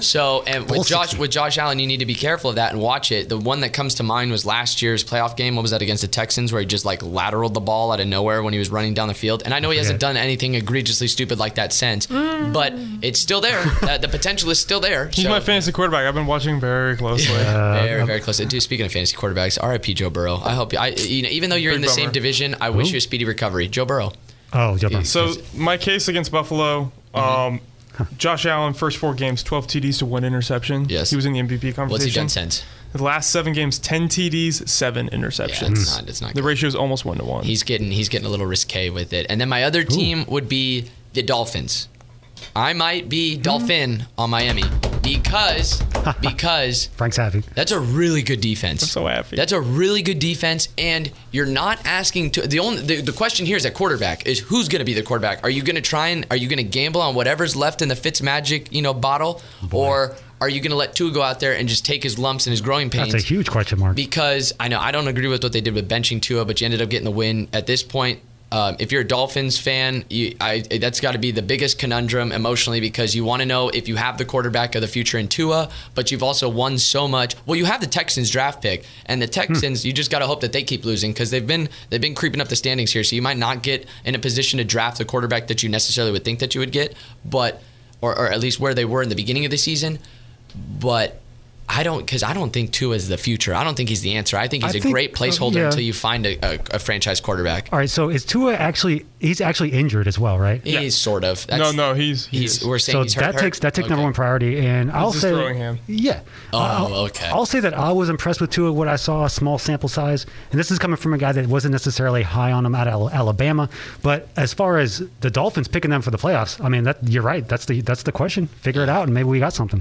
So and Full with Josh 60. with Josh Allen, you need to be careful of that and watch it. The one that comes to mind was last year's playoff game. What was that against the Texans, where he just like lateraled the ball out of nowhere when he was running down the field? And I know he hasn't forget. done anything egregiously stupid like that since, but it's still there. Uh, the potential is still there. He's So- my fantasy quarterback. I've been watching very closely. very, very close. And dude, speaking of fantasy quarterbacks, R.I.P. Joe Burrow. I hope you. I, you know, even though you're in Big the same bummer. division, I wish you a speedy recovery, Joe Burrow. Oh, Joe Burrow. So my case against Buffalo, Mm-hmm. um, Josh Allen first four games, twelve TDs to one interception. Yes. he was in the MVP conversation. What's he done since? The last seven games, ten TDs, seven interceptions. Yeah, Hmm. it's not. It's not. The good. ratio is almost one to one. he's getting he's getting a little risque with it. And then my other team would be the Dolphins. I might be Dolphin on Miami because because Frank's happy. that's a really good defense. I'm so happy. That's a really good defense, and you're not asking to the only the, the question here is at quarterback is who's going to be the quarterback? Are you going to try and are you going to gamble on whatever's left in the Fitzmagic you know bottle, or are you going to let Tua go out there and just take his lumps and his growing pains? That's a huge question mark. because I know I don't agree with what they did with benching Tua, but you ended up getting the win at this point. Um, if you're a Dolphins fan, you, I, that's got to be the biggest conundrum emotionally because you want to know if you have the quarterback of the future in Tua, but you've also won so much. Well, you have the Texans draft pick, and the Texans, you just got to hope that they keep losing because they've been they've been creeping up the standings here. So you might not get in a position to draft the quarterback that you necessarily would think that you would get, but or, or at least where they were in the beginning of the season but I don't because I don't think Tua is the future. I don't think he's the answer. I think he's I a think- uh, great placeholder yeah. until you find a, a, a franchise quarterback. All right, so is Tua actually? He's actually injured as well, right? He's sort of. no, no, he's he's. He's, we're saying So he's hurt, that hurt. takes that takes number Okay. one priority, and I'll his say, throwing hand. yeah. Oh, I'll- okay. I'll say that I was impressed with Tua. What I saw, a small sample size, and this is coming from a guy that wasn't necessarily high on him out of Al- Alabama. But as far as the Dolphins picking them for the playoffs, I mean, that you're right. That's the that's the question. Figure it out, and maybe we got something.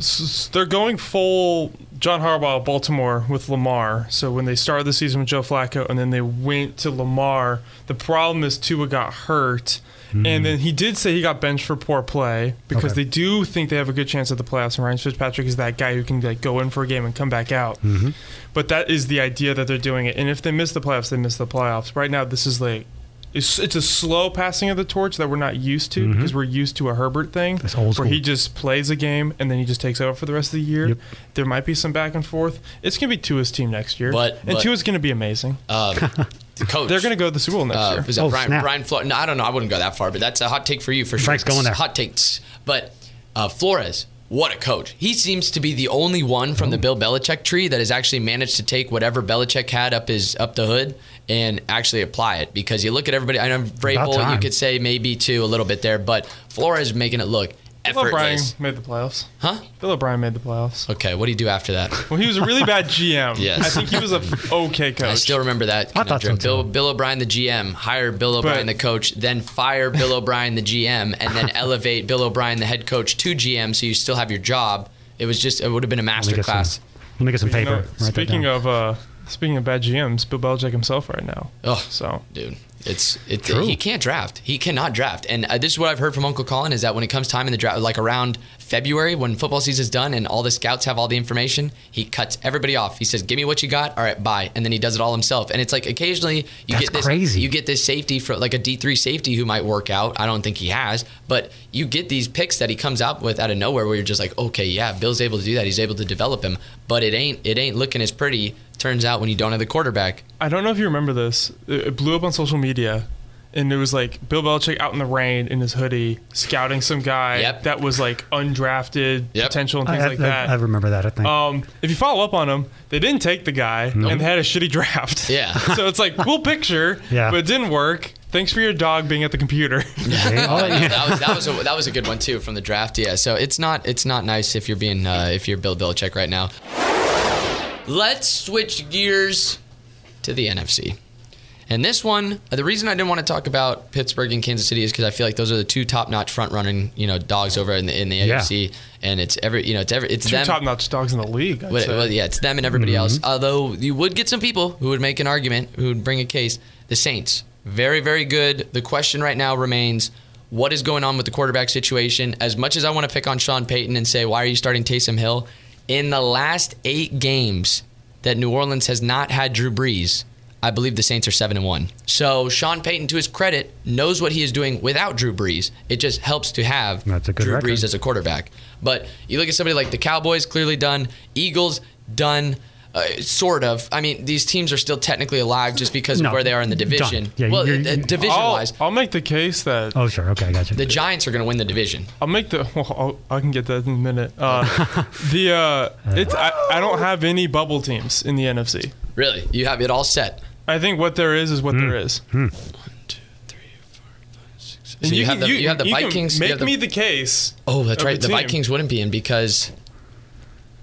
they're going full John Harbaugh, Baltimore with Lamar. So when they started the season with Joe Flacco and then they went to Lamar, the problem is Tua got hurt. And then he did say he got benched for poor play because Okay. they do think they have a good chance at the playoffs. And Ryan Fitzpatrick is that guy who can like go in for a game and come back out. But that is the idea that they're doing it. And if they miss the playoffs, they miss the playoffs. Right now, this is like it's, it's a slow passing of the torch that we're not used to because we're used to a Herbert thing Mm-hmm. That's old where he school. just plays a game and then he just takes over for the rest of the year. Yep. There might be some back and forth. It's going to be Tua's team next year. But- and but- Tua's going to be amazing. Um, the coach. They're going to go to the Super Bowl next Uh, year. was that Oh, Brian? snap. Brian Flores. No, I don't know. I wouldn't go that far, but that's a hot take for you for sure. Frank's going there. Hot takes. But uh, Flores, what a coach. He seems to be the only one Oh. from the Bill Belichick tree that has actually managed to take whatever Belichick had up his up the hood and actually apply it. Because you look at everybody. I know Vrabel, time. you could say maybe too a little bit there, but Flores making it look Bill O'Brien effortless. made the playoffs. Huh? Bill O'Brien made the playoffs. Okay, what do you do after that? Well, he was a really bad GM. Yes. I think he was a okay coach. I still remember that. I thought so, conundrum. too. Bill, Bill O'Brien, the GM, hire Bill O'Brien, the coach, then fire Bill O'Brien, the GM, and then elevate Bill O'Brien, the head coach, to GM, so you still have your job. It was just, it would have been a Let me get masterclass. some, let me get some You know, paper. Write that speaking down. of uh, speaking of bad GMs, Bill Belichick himself right now. Oh, So dude. It's it, True. he can't draft. He cannot draft. And uh, this is what I've heard from Uncle Colin is that when it comes time in the draft, like around February when football season's done and all the scouts have all the information, he cuts everybody off. He says, "Give me what you got. All right, bye." And then he does it all himself. And it's like occasionally you That's get this crazy. you get this safety for like a D three safety who might work out. I don't think he has, but you get these picks that he comes out with out of nowhere where you're just like, okay, yeah, Bill's able to do that. He's able to develop him, but it ain't it ain't looking as pretty. Turns out when you don't have the quarterback, I don't know if you remember this. It it blew up on social media, and it was like Bill Belichick out in the rain in his hoodie scouting some guy Yep. that was like undrafted Yep. potential and I, things I- like I- that. I remember that. I think. um, if you follow up on them, they didn't take the guy, and they had a shitty draft. Yeah. so it's like cool picture, Yeah. but it didn't work. Thanks for your dog being at the computer. Okay, all right, Yeah, yeah. that was that was a, that was a good one too from the draft. Yeah, so it's not it's not nice if you're being uh, if you're Bill Belichick right now. Let's switch gears to the NFC. And this one, uh, the reason I didn't want to talk about Pittsburgh and Kansas City is because I feel like those are the two top-notch front-running, you know, dogs over in the in the Yeah. AFC, and it's every, you know, it's every, it's Two them. top notch dogs in the league. I'd Well, say. well, yeah, it's them and everybody else. Mm-hmm. Although you would get some people who would make an argument, who would bring a case. The Saints, very, very good. The question right now remains what is going on with the quarterback situation? As much as I want to pick on Sean Payton and say, why are you starting Taysom Hill? In the last eight games that New Orleans has not had Drew Brees, I believe the Saints are seven and one. So Sean Payton, to his credit, knows what he is doing without Drew Brees. It just helps to have That's a good Drew record. Brees as a quarterback. But you look at somebody like the Cowboys, clearly done. Eagles, done. Uh, sort of. I mean, these teams are still technically alive just because No, of where they are in the done. division. Yeah, well, you're- uh, you- division I'll, wise, I'll make the case that oh sure. Okay, I got you. the Giants are going to win the division. I'll make the. Well, I'll, I can get that in a minute. Uh, the uh, it's I, I don't have any bubble teams in the NFC. Really, you have it all set. I think what there is is what there is. So you, have the you, have the can Vikings. you Make have the- me the case. Oh, that's of right. a The team. Vikings wouldn't be in because,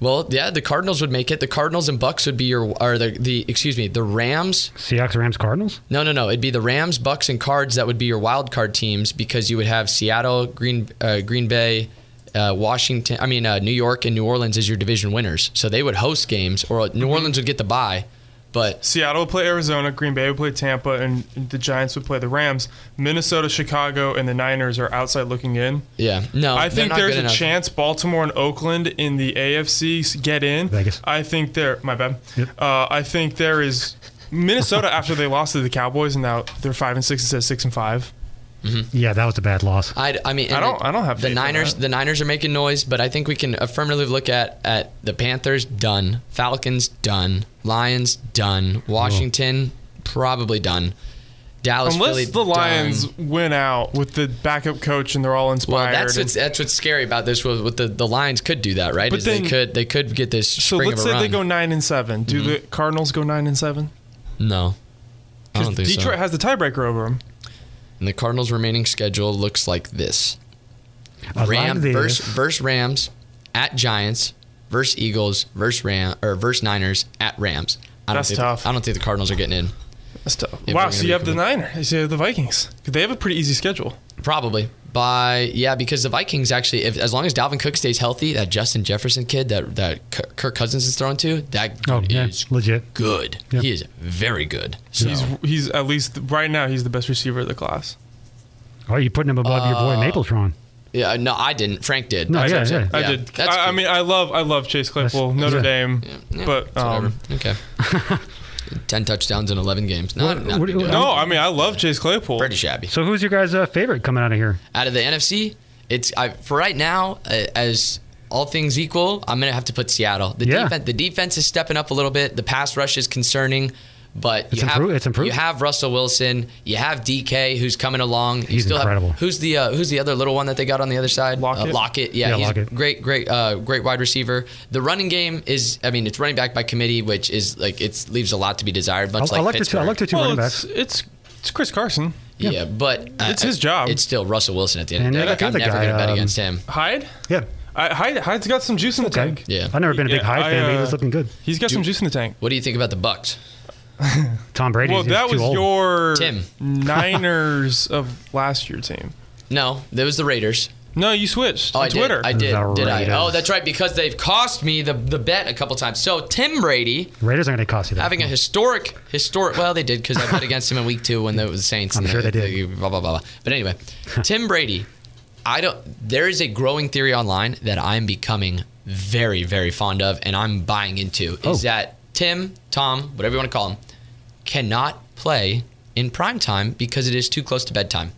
well, yeah, the Cardinals would make it. The Cardinals and Bucks would be your, or the, the excuse me, the Rams. Seahawks, Rams, Cardinals. No, no, no. It'd be the Rams, Bucks, and Cards that would be your wild card teams because you would have Seattle, Green, uh, Green Bay, uh, Washington. I mean, uh, New York and New Orleans as your division winners. So they would host games, or New Mm-hmm. Orleans would get the bye. But Seattle would play Arizona, Green Bay would play Tampa, and the Giants would play the Rams. Minnesota, Chicago, and the Niners are outside looking in. yeah, no, I Oh, they're think not there's good a enough. chance Baltimore and Oakland in the AFC s- get in. Vegas. I think there. My bad. Uh, I think there is Minnesota after they lost to the Cowboys, and now they're five and six instead of six and five. Yeah, that was a bad loss. I, I mean, and I don't- the- I don't have the faith in Niners. that. The Niners are making noise, but I think we can affirmatively look at at the Panthers done, Falcons done, Lions done, Washington probably done, Dallas. Unless Philly, the Lions done. win out with the backup coach and they're all Well, inspired. that's and- what's that's what's scary about this. Was with the the Lions could do that, right? But Is then- they could they could get this so spring let's of a say run. Mm-hmm. they go nine and seven. Do the Cardinals go nine and seven? no, I don't think Detroit so. has the tiebreaker over them. and the Cardinals' remaining schedule looks like this: I like Ram this. versus versus Rams at Giants versus Eagles versus Ram or versus Niners at Rams. I don't That's think tough. I don't think the Cardinals are getetting in. That's tough. Yeah, wow. we're gonna So you be have the Niners. You have the Vikings. They have a pretty easy schedule. Probably, by yeah, because the Vikings actually, if, as long as Dalvin Cook stays healthy, that Justin Jefferson kid that that K- Kirk Cousins is throwing to, that Oh, dude yeah, is legit. good. Yep. He is very good. So He's he's at least right now he's the best receiver of the class. Oh, you're putting him above your boy Mapletron. yeah, no, I didn't. Frank did. No, yeah, what I'm yeah. saying. I did. That's I, I cool. mean, I love I love Chase Claypool, That's- Notre yeah. Dame, Yeah, but it's whatever. um, okay. Ten touchdowns in eleven games. Not, What- not what- good. what- no, I mean I love Chase Claypool. pretty shabby. So who's your guys' uh, favorite coming out of here? out of the NFC, it's I, for right now. Uh, as all things equal, I'm gonna have to put Seattle. The Yeah. defense, the defense is stepping up a little bit. The pass rush is concerning, but It's you improved- have it's improved. you have Russell Wilson, you have DK who's coming along. you He's still incredible. Have, who's the uh, who's the other little one that they got on the other side? Lockett? Uh, Lockett. Yeah, Yeah, he's Lockett. great, great, uh, great wide receiver. The running game is, I mean, it's running back by committee, which is like it leaves a lot to be desired. I, Much I like like the two. Pittsburgh. I like the two Well, running it's backs. it's it's Chris Carson. yeah. but uh, It's his job. It's still Russell Wilson at the end. And of the they day. Like, got I'm the never guy, gonna bet um, against him. Hyde. Yeah. I, Hyde Hyde's got some juice in the tank. Yeah. I've never been a big Yeah, Hyde I, fan, but he uh, was looking good. He's got some juice in the tank. What do you think about the Bucks? Tom Brady. Well, he's that too was old. your Tim. Niners of last year team. No, there was the Raiders. No, you switched Oh, on I Twitter. did. I did. The did Raiders. I? Oh, that's right. Because they've cost me the the bet a couple times. So Tim Brady Raiders aren't going to cost you that. having a historic historic. Well, they did because I bet against him in week two when there was the Saints. I'm and sure the- they did. the- Blah blah blah. blah. But anyway, Tim Brady. I don't. There is a growing theory online that I'm becoming very very fond of, and I'm buying into. Oh. Is that Tim, Tom, whatever you want to call him, cannot play in prime time because it is too close to bedtime.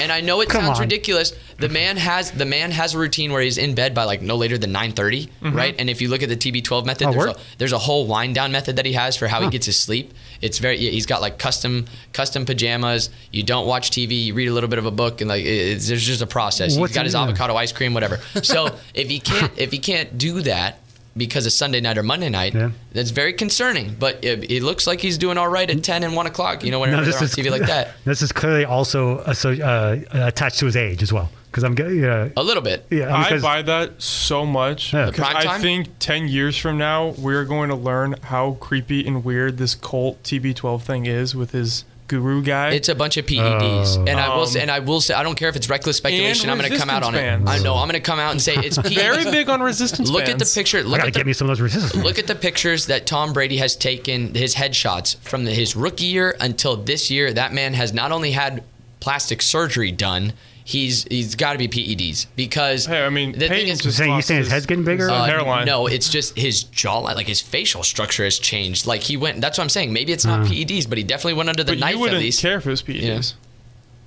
And I know it Come sounds on. ridiculous. The man has the man has a routine where he's in bed by like no later than 9:30, Mm-hmm. right? And if you look at the TB12 method, Oh, there's word? a, there's a whole wind down method that he has for how he gets his sleep. It's very yeah, he's got like custom custom pajamas. You don't watch TV, you read a little bit of a book, and like it, it's, there's just a process. What's he's got he his doing? avocado ice cream, whatever. So if he can't if he can't do that. Because of Sunday night or Monday night, Yeah. that's very concerning. But uh, it, it looks like he's doing all right at ten and one o'clock. You know, whenever they're on TV like that, This is clearly also asso- uh, attached to his age as well, because I'm getting. Uh, a little bit. yeah, I because buy that so much Yeah. The because prime I time? think 10 years from now, we're going to learn how creepy and weird this cult TB12 thing is with his guru guy. It's a bunch of PEDs, and I will Um, say, and I will say I don't care if it's reckless speculation. I'm going to come out on resistance it. I bands. know I'm going to come out and say it's PEDs. very big on resistance. Look at the bands. picture. I Look got to at the get me some of those resistance. Look at the pictures that Tom Brady has taken, his headshots from the, his rookie year until this year. That man has not only had plastic surgery done, he's he's got to be PEDs because Hey, I mean, the thing Peyton is, You're just saying, you're lost saying his head's getting bigger? uh, Uh, hairline. no, it's just his jawline, like his facial structure has changed. Like he went. That's what I'm saying. Maybe it's not PEDs, but he definitely went under the but knife you at wouldn't least. care if it was PEDs.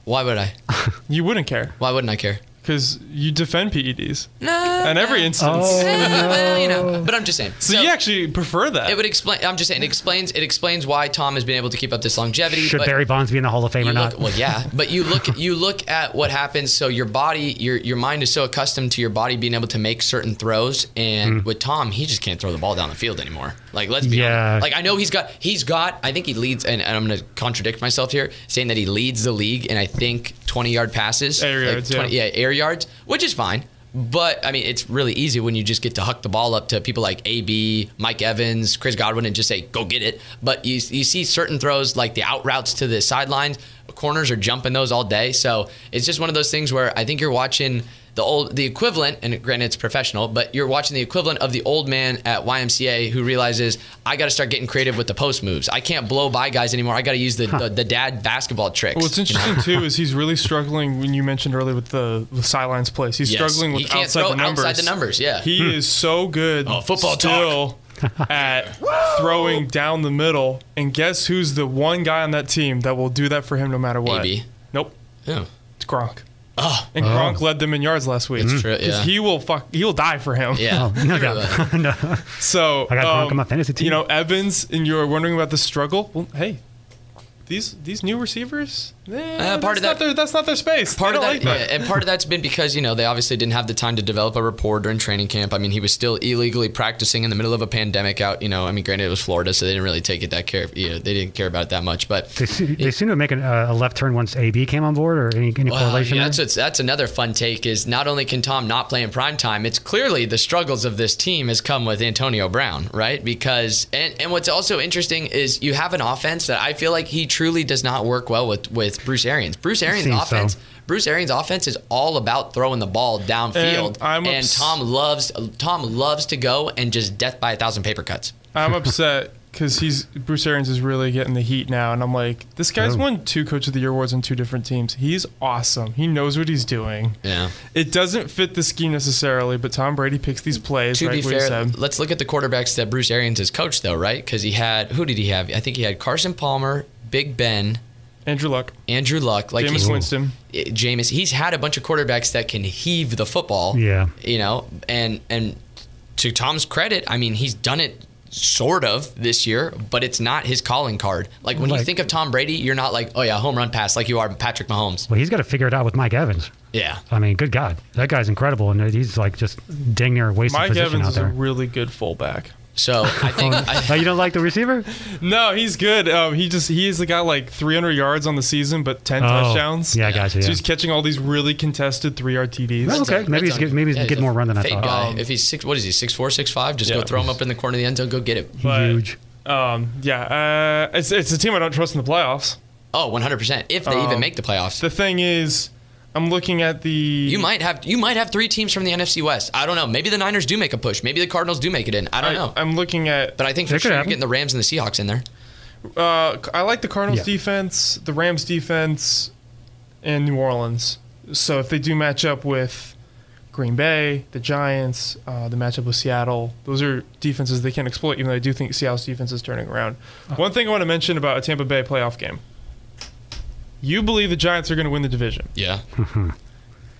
Why would I? E You wouldn't care Why wouldn't I care? because you defend PEDs No. in every instance. oh, Well, you know, but I'm just saying. So, you actually prefer that. it would explain. I'm just saying it explains. It explains why Tom has been able to keep up this longevity. should but Barry Bonds be in the Hall of Fame you or not? look, well, yeah, but you look you look at what happens. So your body, your your mind is so accustomed to your body being able to make certain throws, and Mm. with Tom, he just can't throw the ball down the field anymore. Like let's be Yeah. honest. Like I know he's got he's got. I think he leads, and, and I'm going to contradict myself here, saying that he leads the league, and I think 20 yard passes, Air like yards, yeah. yeah, air yards, which is fine. But I mean, it's really easy when you just get to huck the ball up to people like AB, Mike Evans, Chris Godwin, and just say, "Go get it." But you you see certain throws like the out routes to the sidelines, corners are jumping those all day. So it's just one of those things where I think you're watching the old the equivalent, and granted it's professional, but you're watching the equivalent of the old man at YMCA who realizes I got to start getting creative with the post moves. I can't blow by guys anymore. I got to use the, the the dad basketball tricks. What's interesting too is he's really struggling. When you mentioned earlier with the, the sidelines plays, he's Yes. struggling with He can't outside throw the numbers. outside the numbers, yeah. he Hmm. is so good. Oh, football still at throwing down the middle. And guess who's the one guy on that team that will do that for him no matter what? AB. Nope, Yeah. Oh, it's Gronk. and Gronk led them in yards last week. It's true, 'Cause yeah. He will fuck. He will die for him. Yeah. Oh, no uh, doubt. no. So I got Gronk um, on my fantasy team. You know Evans, and you're wondering about the struggle. Well, hey, these these new receivers, eh, Uh, part that's of not that- their, that's not their space. part They of that, don't like that. yeah, and part of that's been because you know they obviously didn't have the time to develop a rapport during training camp. I mean, he was still illegally practicing in the middle of a pandemic out. You know, I mean, granted it was Florida, so they didn't really take it that care. You know, they didn't care about it that much. But They, se- they seem to make an, uh, a left turn once AB came on board, or any, any Well, correlation? yeah, there? that's what's- that's another fun take is not only can Tom not play in prime time, it's clearly the struggles of this team has come with Antonio Brown, right? Because and, and what's also interesting is you have an offense that I feel like he truly does not work well with with Bruce Arians. Bruce Arians' seems so. offense Bruce Arians' offense is all about throwing the ball downfield, And I'm and obs- Tom loves Tom loves to go and just death by a thousand paper cuts. I'm upset because he's Bruce Arians is really getting the heat now, and I'm like, this guy's won two Coach of the Year awards on two different teams. He's awesome. He knows what he's doing. Yeah. It doesn't fit the scheme necessarily, but Tom Brady picks these plays. To right, be what he fair, said. let's look at the quarterbacks that Bruce Arians has coached, though, right? Because he had who did he have? I think he had Carson Palmer, Big Ben, Andrew Luck, Andrew Luck, like Jameis he- Winston. eh, Jameis. He's had a bunch of quarterbacks that can heave the football. Yeah. you know, and and to Tom's credit, I mean, he's done it sort of this year, but it's not his calling card. Like when you Like- think of Tom Brady, you're not like, oh yeah, home run pass, like you are Patrick Mahomes. Well, he's got to figure it out with Mike Evans. Yeah, I mean, good God, that guy's incredible, and he's like just dang near wasted Mike position Evans out is a there. really good fullback. so I think I, oh, you don't like the receiver? No, he's good. Um, he just he is the guy like 300 yards on the season, but 10 Oh, touchdowns. yeah, I gotcha, So yeah. he's catching all these really contested three-yard TDs. Well, okay, maybe he's Red get, zone. maybe he's Yeah, get a more run than I fake thought. Um, guy. if he's six, what is he? Six four, six five. Just Yeah. go throw him up in the corner of the end zone. Go get it. but, Huge. Um, yeah, uh, it's it's a team I don't trust in the playoffs. Oh, 100 percent. If they Um, even make the playoffs, The thing is, I'm looking at the you might have you might have three teams from the NFC West. I don't know. Maybe the Niners do make a push. Maybe the Cardinals do make it in. I don't know. I'm looking at. But I think for It could sure you're happen. getting the Rams and the Seahawks in there. Uh, I like the Cardinals Yeah. defense, the Rams defense, and New Orleans. So if they do match up with Green Bay, the Giants, uh, the matchup with Seattle, those are defenses they can exploit. Even though I do think Seattle's defense is turning around. Uh-huh. One thing I want to mention about a Tampa Bay playoff game. You believe the Giants are going to win the division. Yeah,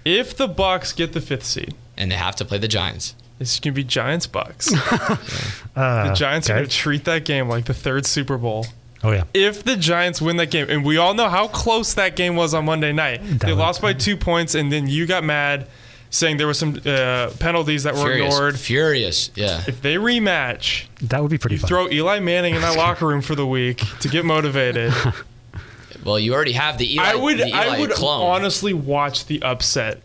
If the Bucks get the fifth seed, and they have to play the Giants. It's gonna be Giants Bucks. the Giants are okay. gonna treat that game like the third Super Bowl. Oh yeah, If the Giants win that game, and we all know how close that game was on Monday night, they That- lost by two points, and then you got mad, saying there were some uh, penalties that were Furious. ignored. Furious. Yeah. If they rematch, that would be pretty you fun. throw Eli Manning in that locker room for the week to get motivated. Well, you already have the Eli. I would, The Eli I would clone. honestly watch the upset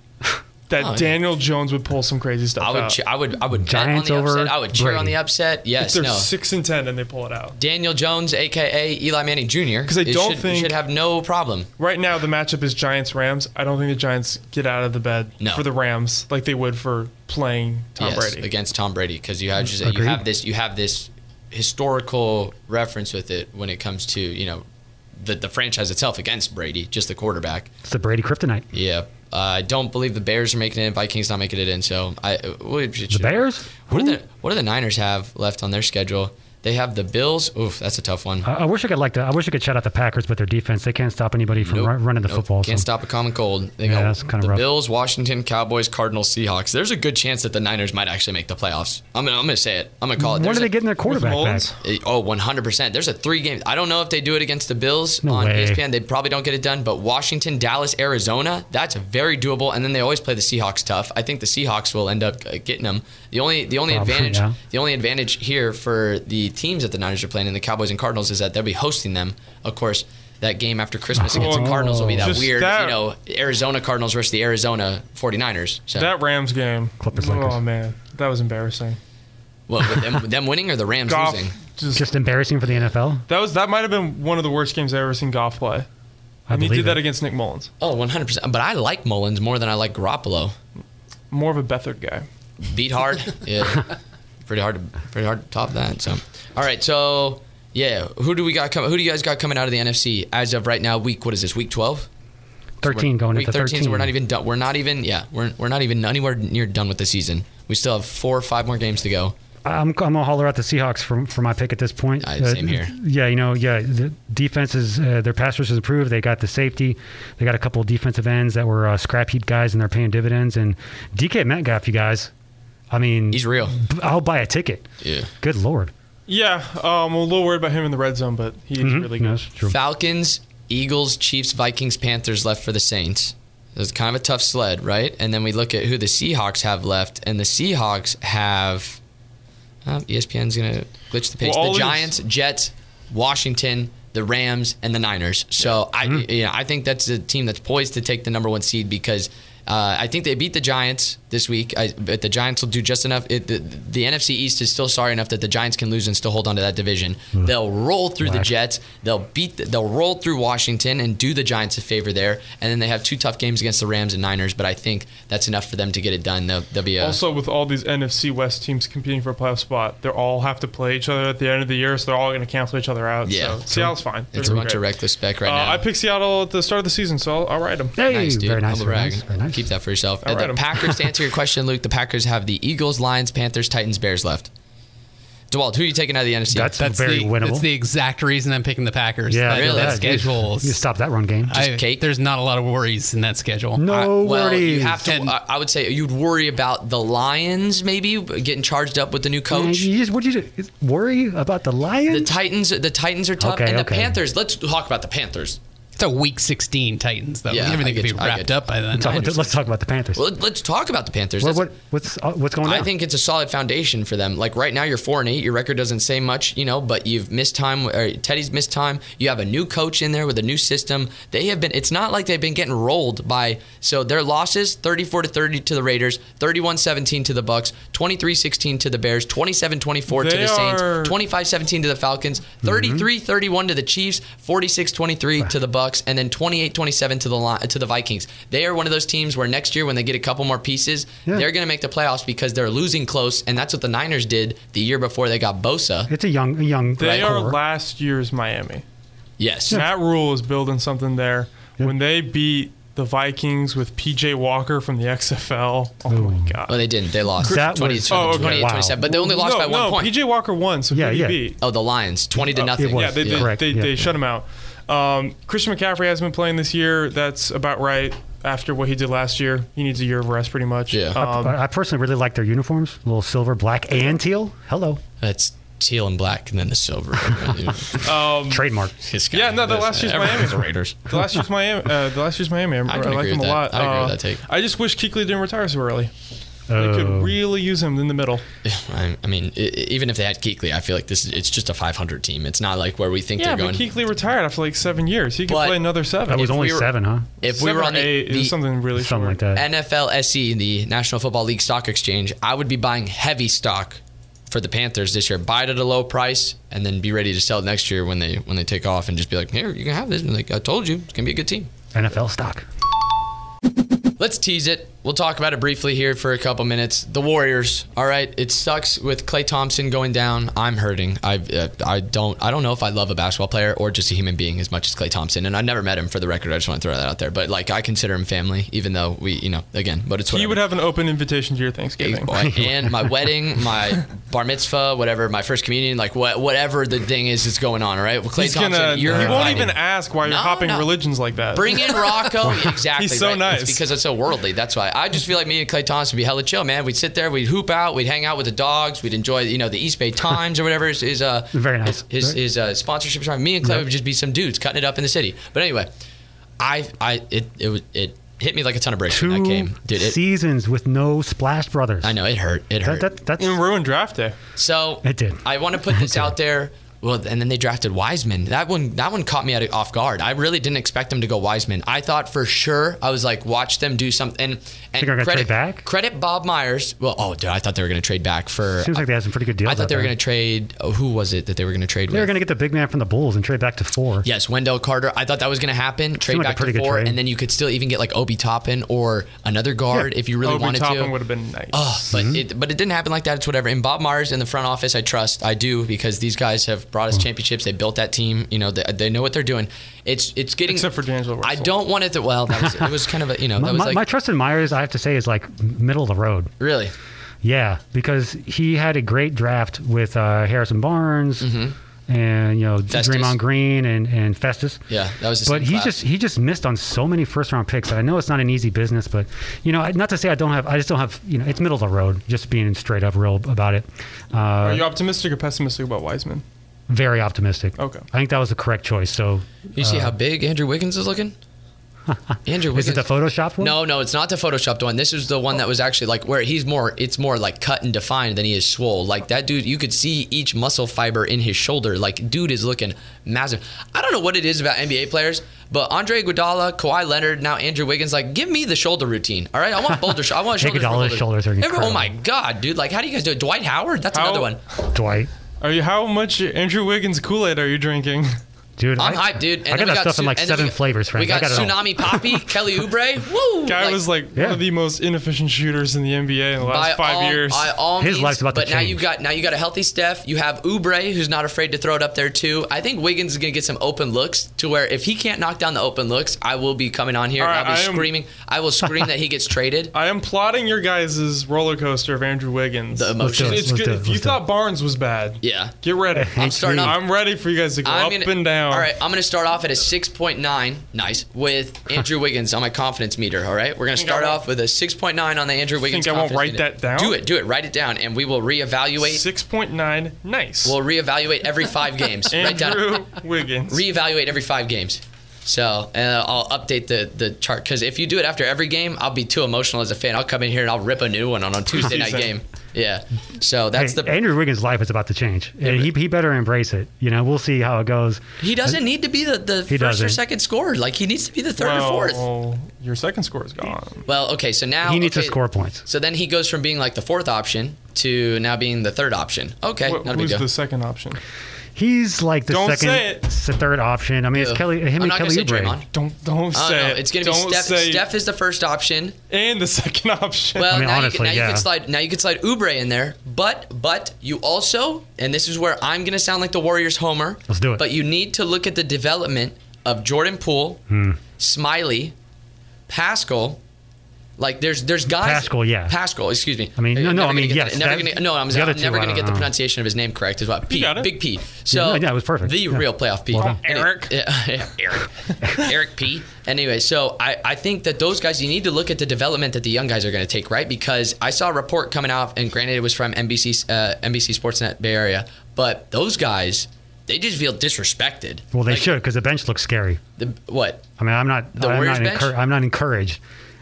that Oh, yeah. Daniel Jones would pull some crazy stuff I would. out. Che- I would. I would Uh, Giants bet on the over upset. I would cheer on Brady. the upset. Yes. They're no. six and ten, and they pull it out. Daniel Jones, aka Eli Manning Jr. Because I don't should, think- should have no problem. Right now, the matchup is Giants Rams. I don't think the Giants get out of the bed No. for the Rams like they would for playing Tom yes, Brady. against Tom Brady because you have just, you Agreed. have this you have this historical reference with it when it comes to you know the the franchise itself against Brady, just the quarterback. It's the Brady kryptonite. Yeah, uh, I don't believe the Bears are making it in. Vikings not making it in. So I uh, we should, The Bears? What do Who? the What do the Niners have left on their schedule? They have the Bills. Oof, that's a tough one. I, I wish I could like the, I wish I could shout out the Packers, but their defense they can't stop anybody from Nope. run, running the Nope. football. Can't so. stop a common cold. They Yeah, got that's kinda the rough. Bills, Washington, Cowboys, Cardinals, Seahawks. There's a good chance that the Niners might actually make the playoffs. I'm gonna, I'm gonna say it. I'm gonna call it. When There's are they a- getting their quarterback back? Mullins? Eh, Oh, 100%. There's a three game. I don't know if they do it against the Bills No on E way. ESPN. They probably don't get it done, but Washington, Dallas, Arizona, that's very doable. And then they always play the Seahawks tough. I think the Seahawks will end up uh, getting them. The only the only Probably, advantage yeah. the only advantage here for the teams that the Niners are playing and the Cowboys and Cardinals is that they'll be hosting them. Of course, that game after Christmas against the Oh, Cardinals will be that Just weird, that- you know, Arizona Cardinals versus the Arizona 49ers. So, That Rams game. Clippers, oh Lakers. man, that was embarrassing. well, with them, with them winning or the Rams Goff losing? just, Just embarrassing for the NFL. that was that might have been one of the worst games I've ever seen Goff play. I and he believe did that it. against Nick Mullins. Oh, 100%. But I like Mullins more than I like Garoppolo. More of a Bethard guy. beat hard. Yeah, pretty hard. To, pretty hard to top that. So, all right. So, yeah, who do we got? Com- who do you guys got coming out of the NFC as of right now? Week what is this? Week twelve. Thirteen going week into thirteen. thirteen. So we're not even done. We're not even. Yeah, we're we're not even anywhere near done with the season. We still have four or five more games to go. I'm, I'm gonna holler out the Seahawks for for my pick at this point. Uh, same here. Yeah, you know, yeah, the defense is uh, their pass rush has improved. They got the safety. They got a couple of defensive ends that were uh, scrap heap guys, and they're paying dividends. And DK Metcalf, you guys, I mean, He's real. b- I'll buy a ticket. Yeah. Good lord. Yeah, um, I'm a little worried about him in the red zone, but he's really No, good. that's true. Falcons, Eagles, Chiefs, Vikings, Panthers left for the Saints. It's kind of a tough sled, right? And then we look at who the Seahawks have left, and the Seahawks have. Uh, ESPN's gonna glitch the page. Well, all the these- Giants, Jets, Washington, the Rams, and the Niners. So I, Mm-hmm. you know, I think that's a team that's poised to take the number one seed because uh, I think they beat the Giants. this week. I, but the Giants will do just enough. It, the, the NFC East is still sorry enough that the Giants can lose and still hold on to that division. They'll roll through the Jets. They'll beat. The, they'll roll through Washington and do the Giants a favor there. And then they have two tough games against the Rams and Niners. But I think that's enough for them to get it done. They'll, they'll be a, Also, with all these NFC West teams competing for a playoff spot, they all have to play each other at the end of the year, so they're all going to cancel each other out. Yeah. so Seattle's fine. They're it's a bunch great. of reckless spec right Uh, now. I picked Seattle at the start of the season, so I'll, I'll ride them. Hey, Nice, dude. very nice. Humble Very brag. nice, very nice. Keep that for yourself. All Uh, right, the I'm- Packers, to answer your question, Luke, the Packers have the Eagles, Lions, Panthers, Titans, Bears left. DeWalt, who are you taking out of the NFC? That's- That's Very the, winnable. That's the exact reason I'm picking the Packers. Yeah, that, yeah, that yeah. schedule. You stop that run game. I, cake? There's not a lot of worries in that schedule. I- no well, worries. you have to. And- I, I would say you'd worry about the Lions maybe getting charged up with the new Man, coach. you just, what do you do? worry about the Lions? The Titans, the Titans are tough, Okay, and the okay. Panthers. Let's talk about the Panthers. It's a week 16 Titans, though. Yeah, I Everything get could be you, I get wrapped you. up by then. Talk- I understand. let's talk about the Panthers. Well, Let's talk about the Panthers. what, That's- what, what's uh, what's going on? I think it's a solid foundation for them. Like right now, you're four and eight. Your record doesn't say much, you know, but you've missed time. Or Teddy's missed time. You have a new coach in there with a new system. They have been. It's not like they've been getting rolled by. So their losses: 34 to 30 to the Raiders, 31-17 to the Bucks, 23-16 to the Bears, 27-24 to They the Saints, are- 25-17 to the Falcons, Mm-hmm. 33-31 to the Chiefs, 46-23 to the Bucks, and then 28-27 to the Li- to the Vikings. They are one of those teams where next year when they get a couple more pieces, Yeah. they're going to make the playoffs because they're losing close, and that's what the Niners did the year before they got Bosa. it's a young, a young. They are core. last year's Miami. Yes. Matt Rule is building something there. When they beat the Vikings with PJ Walker from the XFL, oh my god! Well, they didn't. They lost That 20, was- 20, Oh, okay. 28, Wow. 27, but they only lost no, by one no, point. PJ Walker won, so who Yeah, did yeah. he beat? oh, the Lions, 20 to nothing. Uh, was, Yeah, they, yeah. They, Correct, they, yeah. they shut him out. Um, Christian McCaffrey hasn't been playing this year. That's about right after what he did last year. He needs a year of rest, pretty much. Yeah. Um, I I personally really like their uniforms. A little silver, black, and teal. Hello, That's teal and black, and then the silver. Um, trademark. This guy, Uh, Yeah, no, the this- last year's everyone Miami. was the Raiders. the last year's Miami. Uh, the last year's Miami. I, can I like agree him with a that. lot. I agree with Uh, that take. I just wish Kuechly didn't retire so early. They Oh. could really use him in the middle. I, I mean, i- i- even if they had Keekly, I feel like this. is- It's just a 500 team. It's not like where we think Yeah, they're but going. Kuechly retired after like seven years. He could But- play another seven. That was If only we were- seven, huh? if we Seven were or on the, eight, it was the- something really Something short. like that. NFLSE, E, the National Football League Stock Exchange, I would be buying heavy stock for the Panthers this year. Buy it at a low price, and then be ready to sell it next year when they when they take off, and just be like, here, you can have this. And like I told you, it's gonna be a good team. NFL stock. Let's tease it. We'll talk about it briefly here for a couple minutes. The Warriors. All right, it sucks with Clay Thompson going down. I'm hurting. I uh, I don't I don't know if I love a basketball player or just a human being as much as Clay Thompson. And I never met him for the record. I just want to throw that out there. But like I consider him family, even though we you know again. But it's He whatever. would have an open invitation to your Thanksgiving. Boy, and my wedding, my bar mitzvah, whatever, my first communion, like what, whatever the thing is that's going on. All right, well, Clay He's Thompson, gonna. you're he won't invited. even ask why you're No, hopping no. religions like that. Bring in Rocco. Exactly. He's so right. nice. It's because it's so worldly. That's why. I just feel like me and Clay Thompson would be hella chill, man. We'd sit there, we'd hoop out, we'd hang out with the dogs, we'd enjoy, you know, the East Bay Times or whatever is, is uh Very nice. his Very- his uh, sponsorship time. Me and Clay would just be some dudes cutting it up in the city. But anyway, I I it it was- it hit me like a ton of bricks Two when that came. Dude, it, seasons with no Splash Brothers. I know it hurt. It hurt. That, that, that's and ruin draft day. So It did. I want to put this out there. Well, and then they drafted Wiseman. That one, that one caught me out of- off guard. I really didn't expect them to go Wiseman. I thought for sure I was like, watch them do something. And, and they're gonna credit trade back? Credit Bob Myers. Well, oh, dude, I thought they were going to trade back for. seems like they had some pretty good deals. I thought out they were there. going to trade. Oh, who was it that they were going to trade? They were with? going to get the big man from the Bulls and trade back to four. Yes, Wendell Carter. I thought that was going to happen. Trade like a back pretty to good four, trade. and then you could still even get like Obi Toppin or another guard if you really Obi wanted Toppin to. would have been nice. Oh, but Hmm? it but it didn't happen like that. It's whatever. And Bob Myers in the front office, I trust. I do because these guys have brought us Hmm. championships. They built that team. You know, they, they know what they're doing. It's it's getting Except for D'Angelo Russell. I don't want it to. Well, that was, it was kind of a you know that My, was my- like my trust in Myers, I have to say, is like middle of the road. really Yeah, because he had a great draft with uh, Harrison Barnes and you know Mm-hmm. Festus. Draymond Green and, and Festus. yeah that was. The But same he class. just he just missed on so many first round picks. I know it's not an easy business, but you know, I- not to say I don't have. I just don't have. You know, it's middle of the road. Just being straight up real about it. Are Uh, you optimistic or pessimistic about Wiseman? very optimistic. Okay. I think that was the correct choice. So you see how big Andrew Wiggins is looking. Andrew, Uh. Is it the Wiggins- Photoshop one? No, no, it's not the photoshopped one. This is the one that was actually like where he's more. It's more like cut and defined than he is swole. Like that dude, you could see each muscle fiber in his shoulder. Like dude is looking massive. I don't know what it is about NBA players, but Andre Iguodala, Kawhi Leonard, now Andrew Wiggins. Like, give me the shoulder routine. All right, I want boulder. Sh- I want shoulders. for Iguodala's boulders. shoulders are Every- incredible. Oh my god, dude! Like, how do you guys do it? Dwight Howard? That's How- another one. Dwight. Are you how much Andrew Wiggins Kool Aid are you drinking? Dude, I'm I, hyped, dude. I then got we that stuff in Su- like and then seven we got- flavors, Frank. We got, I got it all. Tsunami Poppy, Kelly Oubre. Woo! Guy was like Yeah. one of the most inefficient shooters in the NBA in the by last five all- years. by all His means, life's about to but now you change. got now you got a healthy Steph. You have Ubre, who's not afraid to throw it up there too. I think Wiggins is gonna get some open looks to where if he can't knock down the open looks, I will be coming on here. All and right, I'll be I am- screaming. I will scream that he gets traded. I am plotting your guys' roller coaster of Andrew Wiggins. The emotions. it. it's Let's good. do it, if you let's do thought Barnes was bad, Yeah. get ready. I'm starting off. I'm ready for you guys to go I'm up gonna- and down. All right, I'm gonna start off at a 6.9. Nice with Andrew Wiggins on my confidence meter. All right, we're gonna I start won't- off with a 6.9 on the Andrew Wiggins. I won't confidence write meter. that down? Do it. Do it. Write it down, and we will reevaluate. Six point nine. Nice. We'll reevaluate every five games. write down. Andrew Wiggins. reevaluate every five games. So and I'll update the the chart because if you do it after every game, I'll be too emotional as a fan. I'll come in here and I'll rip a new one on a Tuesday night Tuesday. game. Yeah. So that's Hey, the. Andrew Wiggins' life is about to change. And he, he better embrace it. You know, we'll see how it goes. he doesn't need to be the, the first or doesn't. second scorer. Like he needs to be the third well, or fourth. Your second score is gone. Well, okay. So now He needs to okay, score points. So then he goes from being like the fourth option to now being the third option. Okay, What, not a big who's deal. the second option? He's like the Don't second, say it. s- third option. I mean, it's Ugh. Kelly, him I'm and not Kelly gonna say Oubre. Draymond. Don't don't Oh, say no, it. it's gonna be don't Steph. say Steph is the first option. and the second option. Well, I mean, now, you honestly, can, now you yeah. can slide. Now you can slide Ubre in there, but but you also, and this is where I'm going to sound like the Warriors homer. Let's do it. But you need to look at the development of Jordan Poole, Hmm. Smiley, Pascal. Like there's there's guys. Pascal, yeah. Pascal, excuse me. I mean, no, I'm no, never I mean, gonna get yes, the- never that- gonna, no, I'm, the other I'm two, never I going to don't get the know. pronunciation of his name correct. Is what P, got it. big P. So no, yeah, it was perfect. The Yeah. real playoff P. Well Anyway, Eric. yeah, Eric. Eric P. Anyway, so I, I think that those guys, you need to look at the development that the young guys are going to take, right? Because I saw a report coming out, and granted, it was from NBC, uh, NBC Sportsnet Bay Area, but those guys, they just feel disrespected. Well, they Like, should because the bench looks scary. The, what? I mean, I'm not. The I'm, Warriors not bench? encour- I'm not encouraged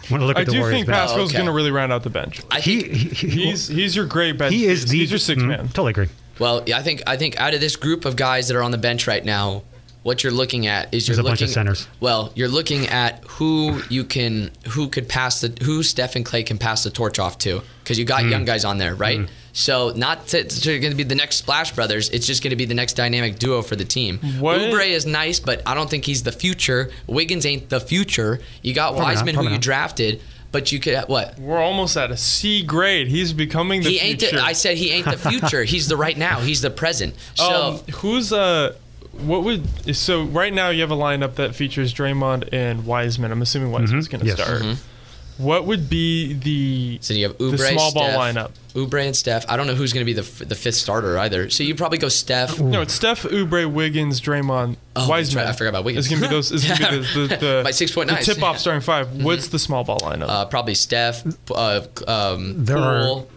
when I look I at the do Warriors think bench. Pascal's Oh, okay. gonna really round out the bench. I he, think, he, he, He's he's your great bench. he is piece. the he's your sixth mm, man. Totally agree. well, yeah, I think I think out of this group of guys that are on the bench right now, what you're looking at is you're There's a looking bunch of centers. Well, you're looking at who you can, who could pass the, who Steph and Clay can pass the torch off to, because you got Mm. young guys on there, right? So not to, to going to be the next Splash Brothers. It's just going to be the next dynamic duo for the team. What- Oubre is nice, but I don't think he's the future. Wiggins ain't the future. You got not, Wiseman, who probably you not. drafted, but you could what? We're almost at a C grade. He's becoming the He ain't. future. The, I said he ain't the future. he's the right now. He's the present. So. um, who's uh what would so right now you have a lineup that features Draymond and Wiseman. I'm assuming Wiseman's gonna Mm-hmm. Yes. start. What would be the Mm-hmm. So you have Oubre, the small ball Steph, lineup? Oubre and Steph. I don't know who's going to be the f- the fifth starter either. So you probably go Steph. No, it's Steph, Oubre, Wiggins, Draymond, that's Wiseman. right. Oh, I forgot about Wiggins. It's gonna be those. It's gonna be the, the, the By 6.9. The tip off starting 5 What's the small ball lineup? Mm-hmm. Uh, probably Steph. Uh, um, There are- Poole.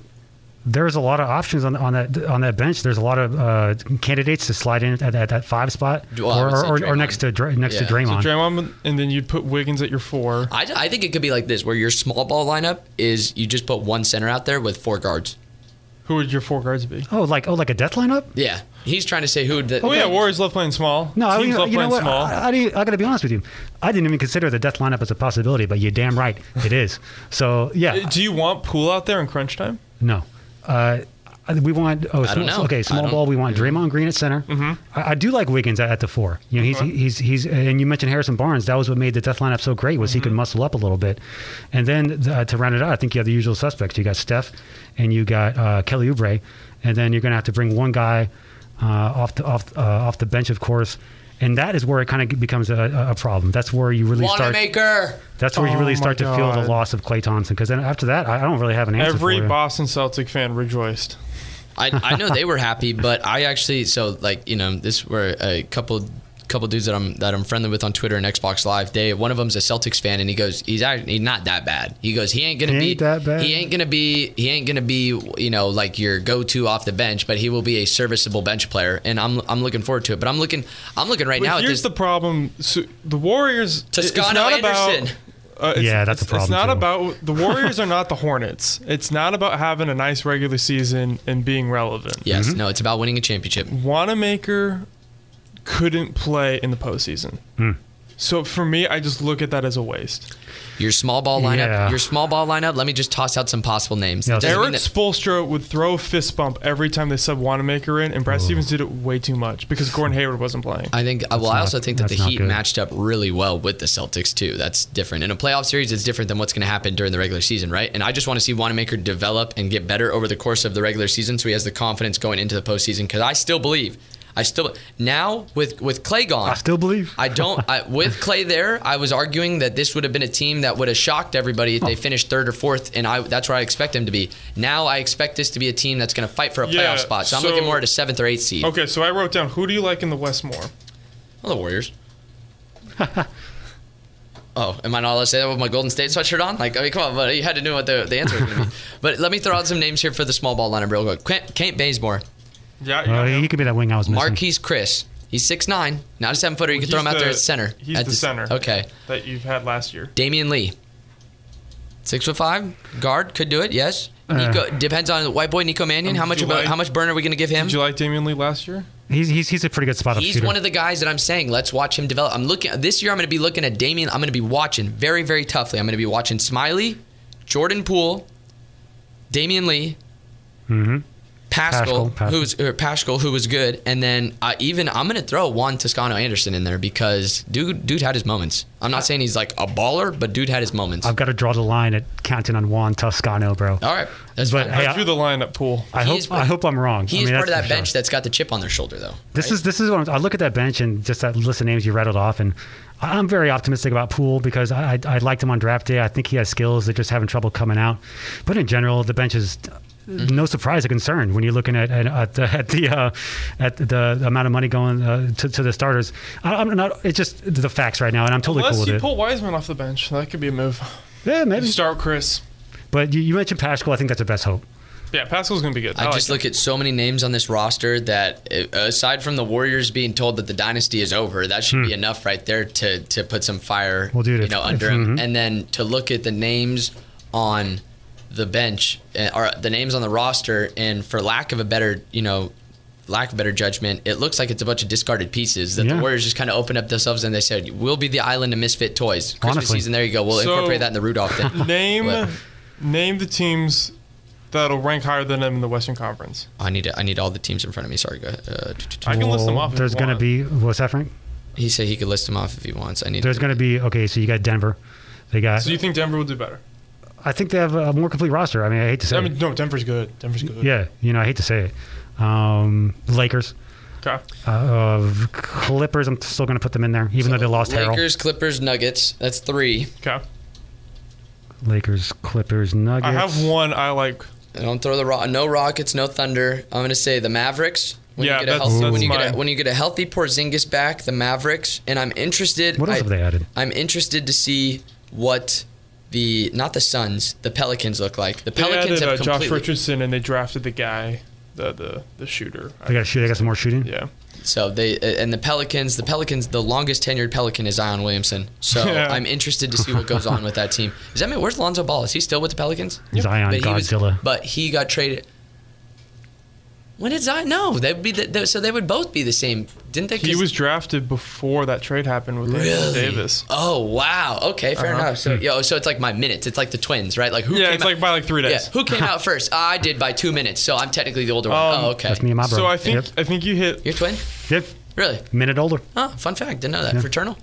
There's a lot of options on, on that on that bench. There's a lot of uh, candidates to slide in at, at that five spot, Well, I or, would say or, or Draymond. next to Dra- next Yeah. to So Draymond. Draymond, and then you'd put Wiggins at your four. I, I think it could be like this, where your small ball lineup is you just put one center out there with four guards. Who would your four guards be? oh, like oh, like a death lineup. Yeah, he's trying to say who. The, Oh yeah, Warriors love playing small. No, I teams mean, love you know playing what? small. I, I, didn't- I got to be honest with you. I didn't even consider the death lineup as a possibility, but you're damn right, it is. So yeah, Uh, Do you want Poole out there in crunch time? No. Uh, I- we want don't oh small, know. Mm-hmm. I okay small don't- ball. We want Draymond Green at center. I, I do like Wiggins at, at the four. You know he's he's he's and you mentioned Harrison Barnes. That was what made the death lineup so great was he Mm-hmm. could muscle up a little bit, and then uh, to round it out, I think you have the usual suspects. You got Steph, and you got uh, Kelly Oubre, and then you're going to have to bring one guy uh, off the off uh, off the bench, of course. And that is where it kind of becomes a, a problem. That's where you really start. Wanamaker. that's where you really Oh, start my to feel the God. loss of Clay Thompson. Because then after that, I, I don't really have an answer. Every for you. Boston Celtic fan rejoiced. I, I know they were happy, but I actually so like you know this were a couple couple dudes that I'm that I'm friendly with on Twitter and Xbox Live. They one of them's a Celtics fan, and he goes, he's act- he's not that bad. He goes, he ain't gonna He be ain't that bad. He ain't gonna be he ain't gonna be you know like your go to off the bench, but he will be a serviceable bench player, and I'm I'm looking forward to it. But I'm looking I'm looking right But now. here's at the problem: so the Warriors. It's Toscano not about. Anderson. Uh, it's, Yeah, that's it's- a It's problem, not too. about the Warriors are not the Hornets. It's not about having a nice regular season and being relevant. yes, Mm-hmm. no, it's about winning a championship. Wanamaker couldn't play in the postseason. Hmm. So for me, I just look at that as a waste. Your small ball lineup. Yeah. Your small ball lineup. Let me just toss out some possible names. Yeah. It doesn't mean Eric that- Spoelstra would throw a fist bump every time they sub Wanamaker in, and Oh. Brad Stevens did it way too much because Gordon Hayward wasn't playing. I think. uh, Well, I not- also think that the that's not Heat good. matched up really well with the Celtics too. That's different in a playoff series. It's different than what's going to happen during the regular season, right? And I just want to see Wanamaker develop and get better over the course of the regular season, so he has the confidence going into the postseason. Because I still believe. I still now with with Clay gone. I still believe. I don't. I, with Clay there, I was arguing that this would have been a team that would have shocked everybody Oh. if they finished third or fourth, and I that's where I expect them to be. Now I expect this to be a team that's going to fight for a Yeah, playoff spot. So I'm so- looking more at a seventh or eighth seed. Okay, so I wrote down who do you like in the West more? Well, the Warriors. oh, am I not allowed to say that with my Golden State sweatshirt on? Like, I mean, come on, buddy. You had to know what the, the answer was going to be. But let me throw out some names here for the small ball lineup real quick. Kent, Kent Bazemore, Yeah, Oh, he could be that wing I was missing. Marquise Chris. He's 6'9", not a seven footer. You can throw him He's out there the- at center. He's At the s- center. Okay. That you've had last year. Damian Lee. Six foot five guard could do it. Yes, Nico, depends on white boy Nico Mannion. Uh. Um, how did much you about like- how much burn are we going to give him? Did you like Damian Lee last year? He's, he's he's a pretty good spot up He's shooter. one of the guys that I'm saying. Let's watch him develop. I'm looking this year. I'm going to be looking at Damian. I'm going to be watching very, very toughly. I'm going to be watching Smiley, Jordan Poole, Damian Lee, Pascal, Mm-hmm. Pascal, Pascal. who's or Pascal, who was good, and then uh, even I'm going to throw Juan Toscano Anderson in there because dude, dude had his moments. I'm not saying he's like a baller, but dude had his moments. I've got to draw the line at counting on Juan Toscano, bro. All right, that's But fine. hey, I drew the line at pool. I He hope is- I hope I'm wrong. He I is mean, part of that that's for bench sure. that's got the chip on their shoulder, though. This is this is what I'm, I look at that bench and just that list of names you rattled off, and I- I'm very optimistic about Poole because I, I I liked him on draft day. I think he has skills. They're just having trouble coming out. But in general, the bench is. Mm-hmm. No surprise or concern when you're looking at at, at the at the, uh, at the amount of money going uh, to, to the starters. I, I'm not. It's just the facts right now, and I'm totally Unless cool with you it. pull Wiseman off the bench, that could be a move. yeah, maybe. Start Chris. But you, you mentioned Pascal. I think that's the best hope. Yeah, Pascal's gonna be good. I, Oh, like just him. look at so many names on this roster that, uh, aside from the Warriors being told that the dynasty is over, that should be enough right there to to put some fire, Hmm. Well, Mm-hmm. dude, you if- know, if- under him. And then to look at the names on the bench uh, or the names on the roster, and for lack of a better, you know, lack of better judgment, it looks like it's a bunch of discarded pieces that Yeah. the Warriors just kind of opened up themselves and they said, "We'll be the island of misfit toys." Christmas Honestly. season, there you go. We'll So- incorporate that in the Rudolph thing. Name What? name the teams that'll rank higher than them in the Western Conference. I need to, I need all the teams in front of me. Sorry, go ahead. Uh, t- t- t- I can list them Well, off. if There's you going to want. be what's that, Frank? He said he could list them off if he wants. I need. There's going to be okay. So you got Denver. They got. So you think Denver will do better? I think they have a more complete roster. I mean, I hate to say. I it. mean, no, Denver's good. Denver's good. Yeah, you know, I hate to say it. Um, Lakers, Okay. uh, uh, Clippers. I'm still going to put them in there, even though they lost Harold. Lakers, Clippers, Nuggets. That's three. Okay. Lakers, Clippers, Nuggets. I have one I like. I don't throw the ro- no Rockets, no Thunder. I'm gonna say the Mavericks. When Yeah, you get a that's- healthy, when that's you get mine. a, when you get a healthy Porzingis back, the Mavericks, and I'm interested. What else I, have they added? I'm interested to see what the not the Suns, the Pelicans look like. The They Pelicans added uh, have completely. Josh Richardson and they drafted the guy, the the, the shooter. They got to shoot. They got some more shooting. yeah. So they and the Pelicans, the Pelicans, the longest tenured Pelican is Zion Williamson. So Yeah. I'm interested to see what goes on with that team. Is that mean where's Lonzo Ball? Is he still with the Pelicans? Zion, But he was- Godzilla. but he got traded. When did Zion? No, they'd be the, they- so they would both be the same, didn't they? He 'Cause- was drafted before that trade happened with Anthony Really? Davis. Oh wow. Okay, fair enough. So yo, so it's like my minutes. It's like the twins, right? Like who? Uh-huh. Hmm. Yeah, came it's out- like by like three yeah, days. who came out first? I did by two minutes, so I'm technically the older one. Um, Oh, okay. That's me and my bro. So I think Yep. I think you hit. You're twin? Yep. Really? Minute older. Oh, fun fact. Didn't know that. Fraternal.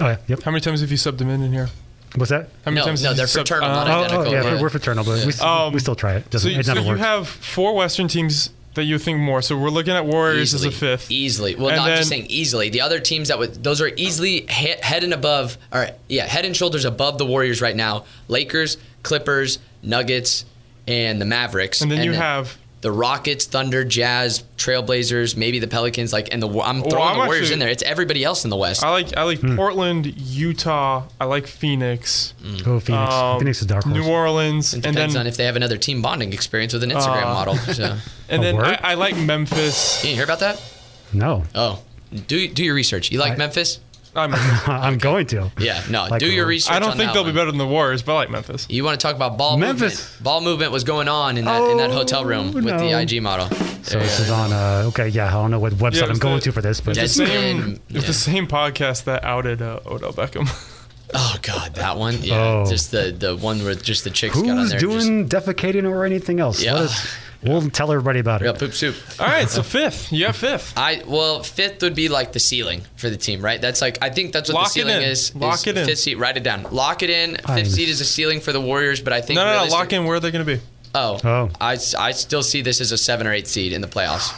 Oh yeah. Yep. How many times have you subbed him in in here? What's that? How many No, times no, have you they're subbed- fraternal, Uh, not Oh, Identical, oh yeah. yeah. We're fraternal, but we, s- Um, we still try it. So, Doesn't, you, it so doesn't you work. have four Western teams that you think more. So we're looking at Warriors easily, as a fifth. Easily. Well, And not just then- saying easily. The other teams that would those are easily he- head and above. All right, yeah, head and shoulders above the Warriors right now. Lakers, Clippers, Nuggets, and the Mavericks. And then you have the Rockets, Thunder, Jazz, Trailblazers, maybe the Pelicans, like, and the I'm throwing I'm the Warriors actually- in there. It's everybody else in the West. I like I like Hmm. Portland, Utah. I like Phoenix. Go Phoenix. um, Phoenix is a dark horse. New Orleans, Hmm. it and depends then Uh. on if they have another team bonding experience with an Instagram model. So. and A then I, word? I like Memphis. You didn't hear about that? no, Oh, do do your research. You like I- Memphis? I'm, I'm going to. Yeah, no. Like uh, do your a- research. I don't on think that they'll one. be better than the Warriors, but I like Memphis. You want to talk about ball Memphis. Oh, movement? Ball movement was going on in that in that hotel room with the no. IG model. So this is on. Uh, okay, yeah, I don't know what website Yeah, it I'm was going the- to for this, but It was the Desmond, same, it was yeah. the same podcast that outed uh, Odell Beckham. Oh God, that one. Yeah, Oh. just the the one where just the chicks got on who's there. doing defecating or anything else? Yeah. Let us, we'll tell everybody about it. Just, real poop soup. All right, so fifth, you have fifth. I well, fifth would be like the ceiling for the team, right? That's like I think that's what Lock the it ceiling in. is. Lock is it in. Fifth seat, write it down. Lock it in. Fifth Fine. seat is a ceiling for the Warriors, but I think No, no, no. realistic- Lock in. Where are they going to be? Oh, Oh. I, s- I still see this as a seven or eight seed in the playoffs.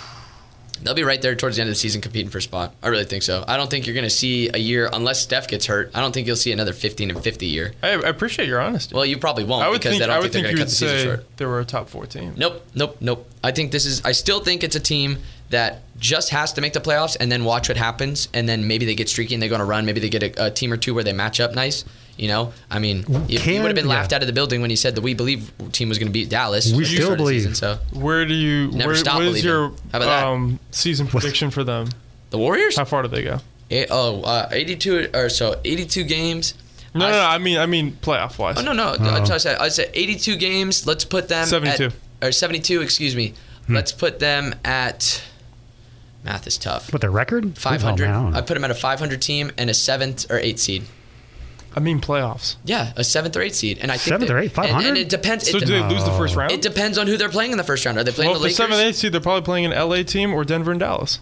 They'll be right there towards the end of the season competing for a spot. I really think so. I don't think you're going to see a year unless Steph gets hurt. I don't think you'll see another 15 and 50 year. I, I appreciate your honesty. Well, you probably won't I would because think I don't I think they're would think, going you to cut would the season say short. they were a top four team. Nope, nope, nope. I think this is. I still think it's a team that just has to make the playoffs and then watch what happens, and then maybe they get streaky and they go on a run. Maybe they get a, a team or two where they match up nice. You know, I mean, you, you Can- would have been yeah. laughed out of the building when you said the We Believe team was going to beat Dallas. We at the still start of the believe. season, so Where do you? Never where, stop what is believing. your How about that? um, season prediction for them? the Warriors. How far do they go? Eh, oh, uh, 82 or so, 82 games. No, I- no, no. I mean, I mean playoff wise. Oh no, no. I said I said 82 games. Let's put them at- 72. or 72. Excuse me. Hmm. Let's put them at. Math is tough. What the record? 500. Oh, man, I don't know. I put them at a 500 team and a seventh or eighth seed. I mean playoffs. Yeah, a seventh or eighth seed. And I think Seventh that- or eighth? and- And, 500? it depends. So it, do they lose the first round? it depends on who they're playing in the first round. Are they playing well, if the they're Lakers? seven, eight seed, they're probably playing an LA team or Denver and Dallas.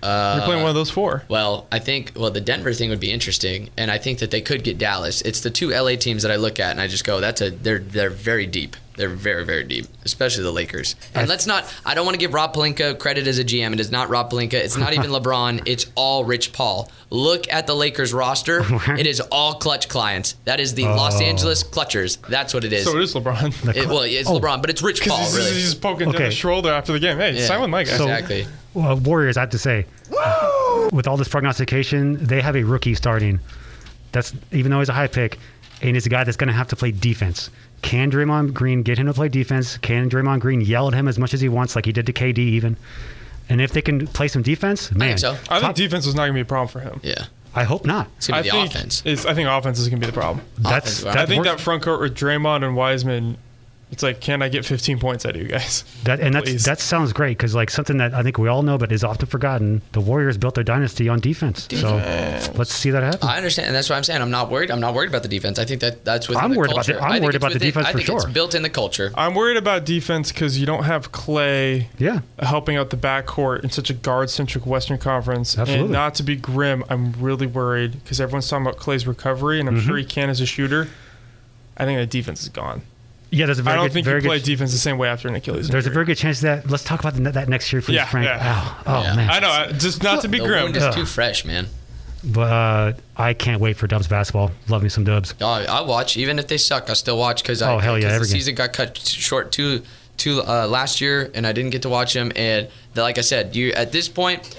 Uh, You're playing one of those four. Well, I think well the Denver thing would be interesting, and I think that they could get Dallas. It's the two LA teams that I look at, and I just go, that's a they're they're very deep. They're very very deep, especially the Lakers. And let's not. I don't want to give Rob Palinka credit as a GM. It is not Rob Palinka. It's not even LeBron. It's all Rich Paul. Look at the Lakers roster. It is all clutch clients. That is the Los Oh. Angeles Clutchers. That's what it is. So it is LeBron. It- well, it's Oh. LeBron, but it's Rich Because Paul, he's, really. he's just poking down Okay. his shoulder after the game. Hey, Yeah. sign with my guy. So- Exactly. Well, Warriors, I have to say, with all this prognostication, they have a rookie starting. That's even though he's a high pick, and he's a guy that's going to have to play defense. Can Draymond Green get him to play defense? Can Draymond Green yell at him as much as he wants, like he did to KD even? And if they can play some defense, man, so. I think top- defense was not going to be a problem for him. Yeah. I hope not. It's gonna I be the think offense. It's, I think offense is going to be the problem. That's well, that I think works- that front court with Draymond and Wiseman, it's like, can I get 15 points out of you guys? That and Please. that's, that sounds great because like something that I think we all know but is often forgotten. The Warriors built their dynasty on defense, so let's see that happen. I understand, and that's what I'm saying. I'm not worried. I'm not worried about the defense. I think that that's within I'm the worried about culture. the- I'm I think worried it's about the within- defense I for think It's sure. built in the culture. I'm worried about defense because you don't have Clay Yeah. helping out the backcourt in such a guard centric Western Conference. Absolutely. And not to be grim, I'm really worried because everyone's talking about Clay's recovery, and I'm Mm-hmm. sure he can as a shooter. I think that defense is gone. Yeah, there's a I very don't good, think very you play good, defense the same way after an Achilles. There's a injury. very good chance that let's talk about the, that next year, please, Yeah, Frank. yeah. Oh, oh, Yeah. man, I know, I- just not to be the grim. wound is Yeah. too fresh, man. but uh, I can't wait for Dubs basketball. Love me some Dubs. Oh, I watch even if they suck. I still watch because Oh, hell yeah, the every game. season got cut short too, too uh, last year, and I didn't get to watch them. And the, like I said, you at this point.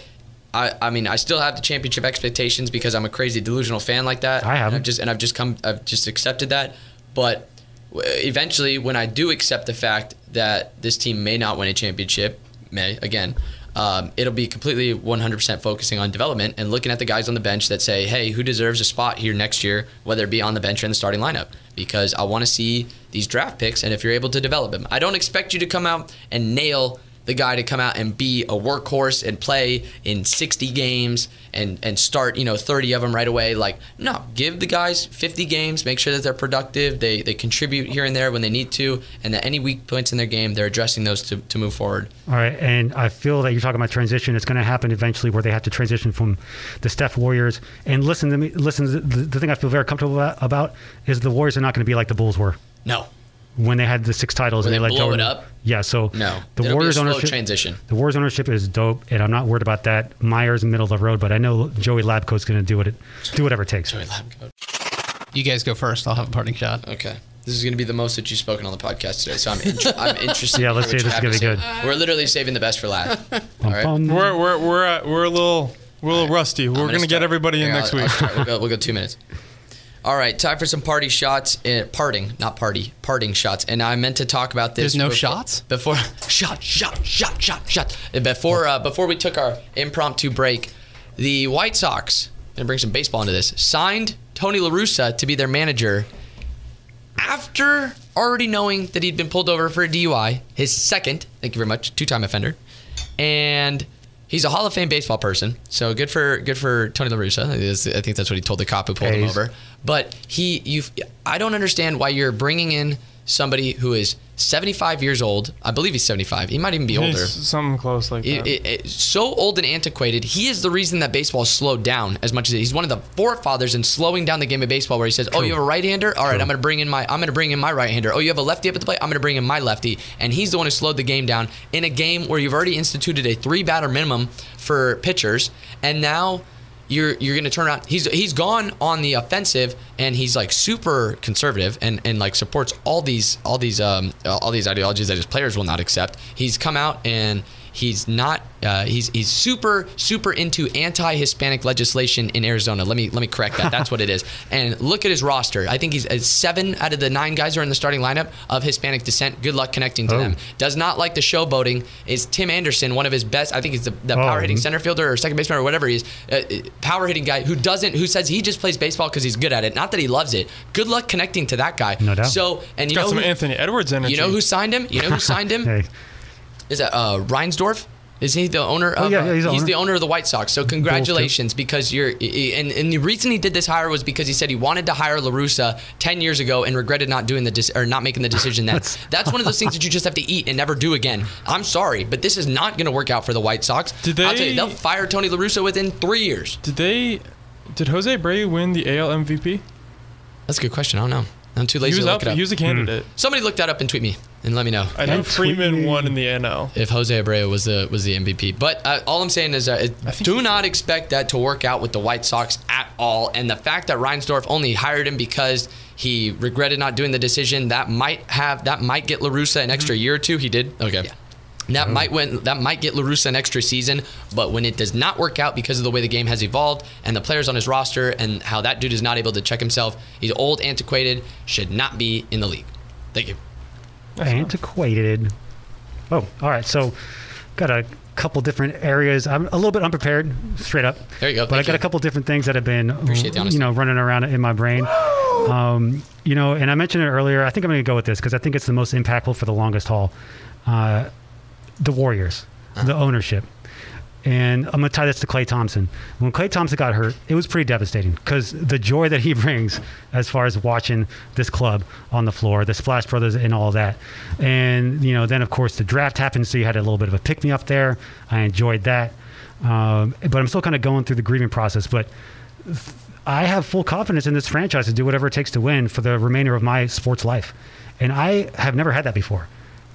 I, I mean, I still have the championship expectations because I'm a crazy delusional fan like that. I And have I've them. just and I've just come, I've just accepted that. But w- eventually, when I do accept the fact that this team may not win a championship, may again, um, it'll be completely 100% focusing on development and looking at the guys on the bench that say, hey, who deserves a spot here next year, whether it be on the bench or in the starting lineup, because I want to see these draft picks and if you're able to develop them. I don't expect you to come out and nail the guy to come out and be a workhorse and play in 60 games and and start you know 30 of them right away like no give the guys 50 games make sure that they're productive they they contribute here and there when they need to and that any weak points in their game they're addressing those to, to move forward All right, and I feel that you're talking about transition. It's going to happen eventually, where they have to transition from the Steph Warriors. And listen to me. Listen, the, the thing I feel very comfortable about, about is the Warriors are not going to be like the Bulls were no when they had the six titles When and they they, let blow it Jordan. up? Yeah, so No. It'll the be a Warriors slow ownership transition. The Warriors ownership is dope, and I'm not worried about that. Myers middle of the road, but I know Joey Labco's going to do what it do whatever it takes. Lab coat. You guys go first. I'll have a parting shot. okay This is going to be the most that you've spoken on the podcast today, so I'm in- I'm interested. Yeah, to let's hear see what if you this is have to gonna be say. We're literally saving the best for last. All Bum, right. bum. We're we're we're uh, we're a little we're a little rusty. We're I'm gonna, get start- everybody in Here, next I'll- I'll week. start. We'll go, we'll go two minutes. All right, time for some party shots. Uh, parting, not party, parting shots. And I meant to talk about this. There's no befo- shots? before shot, shot, shot, shot, shot. And Before uh, before we took our impromptu break, the White Sox. Gonna bring some baseball into this. Signed Tony La Russa to be their manager after already knowing that he'd been pulled over for a DUI, his second, thank you very much, two-time offender, and he's a Hall of Fame baseball person. So good for good for Tony La Russa. I guess- I think that's what he told the cop who pulled him Pays. over. But he, you, I don't understand why you're bringing in somebody who is 75 years old. I believe he's 75. He might even be older. He's something close like It- that. it- it- so old and antiquated. He is the reason that baseball is slowed down as much as it, he's one of the forefathers in slowing down the game of baseball. Where he says, "Oh, you have a right-hander. All right, I'm going to bring in my I'm going to bring in my right-hander. Oh, you have a lefty up at the plate. I'm going to bring in my lefty." And he's the one who slowed the game down in a game where you've already instituted a three-batter minimum for pitchers, and now you're you're going to turn around. He's he's gone on the offensive, and he's like super conservative, and and like supports all these all these um all these ideologies that his players will not accept. He's come out and he's not uh, he's he's super super into anti-Hispanic legislation in Arizona. Let me let me correct that. That's what it is. And look at his roster. I think he's uh, seven out of the nine guys who are in the starting lineup of Hispanic descent. Good luck connecting to Oh. them. Does not like the showboating. Is Tim Anderson one of his best? I think he's the, the Oh, power hitting mhm. center fielder or second baseman or whatever he is. Uh, uh, power hitting guy who doesn't who says he just plays baseball because he's good at it. Not that he loves it. Good luck connecting to that guy. No doubt. So and you Got know some who, Anthony Edwards energy. you know who signed him? You know who signed him? Hey, is that uh, Reinsdorf? Is he the owner Oh, of? yeah, yeah, he's, he's the owner. the owner of the White Sox. So congratulations, because you're and, and the reason he did this hire was because he said he wanted to hire Larusa ten years ago and regretted not doing the dis- or not making the decision. That that's, one of those things that you just have to eat and never do again. I'm sorry, but this is not going to work out for the White Sox. Did I'll tell you, they- they'll fire Tony Larusa within three years. Did they? Did Jose Abreu win the AL MVP? That's a good question. I don't know. I'm too He lazy was to look up. it up. Hmm. He was a candidate. Somebody look that up and tweet me and let me know. I know Don't tweet Freeman me. won in the NL. if Jose Abreu was the was the MVP. But uh, all I'm saying is, uh, do not expect that to work out with the White Sox at all. And the fact that Reinsdorf only hired him because he regretted not doing the decision that might have that might get Larusa an extra year or two. He did okay. That might win. That might get Larusa an extra season, but when it does not work out because of the way the game has evolved and the players on his roster and how that dude is not able to check himself, he's old, antiquated, should not be in the league. Thank you. antiquated. Oh, all right. So, got a couple different areas. I'm a little bit unprepared, straight up. There you go. But I Thank got you. a couple different things that have been, Appreciate the honesty. you know, running around in my brain. Um, you know, and I mentioned it earlier. I think I'm going to go with this because I think it's the most impactful for the longest haul. Uh, the Warriors, the ownership. And I'm going to tie this to Clay Thompson. When Clay Thompson got hurt, it was pretty devastating because the joy that he brings as far as watching this club on the floor, the Splash Brothers, and all that. And, you know, then of course the draft happened, so you had a little bit of a pick me up there. I enjoyed that. Um, but I'm still kind of going through the grieving process. But I have full confidence in this franchise to do whatever it takes to win for the remainder of my sports life. And I have never had that before.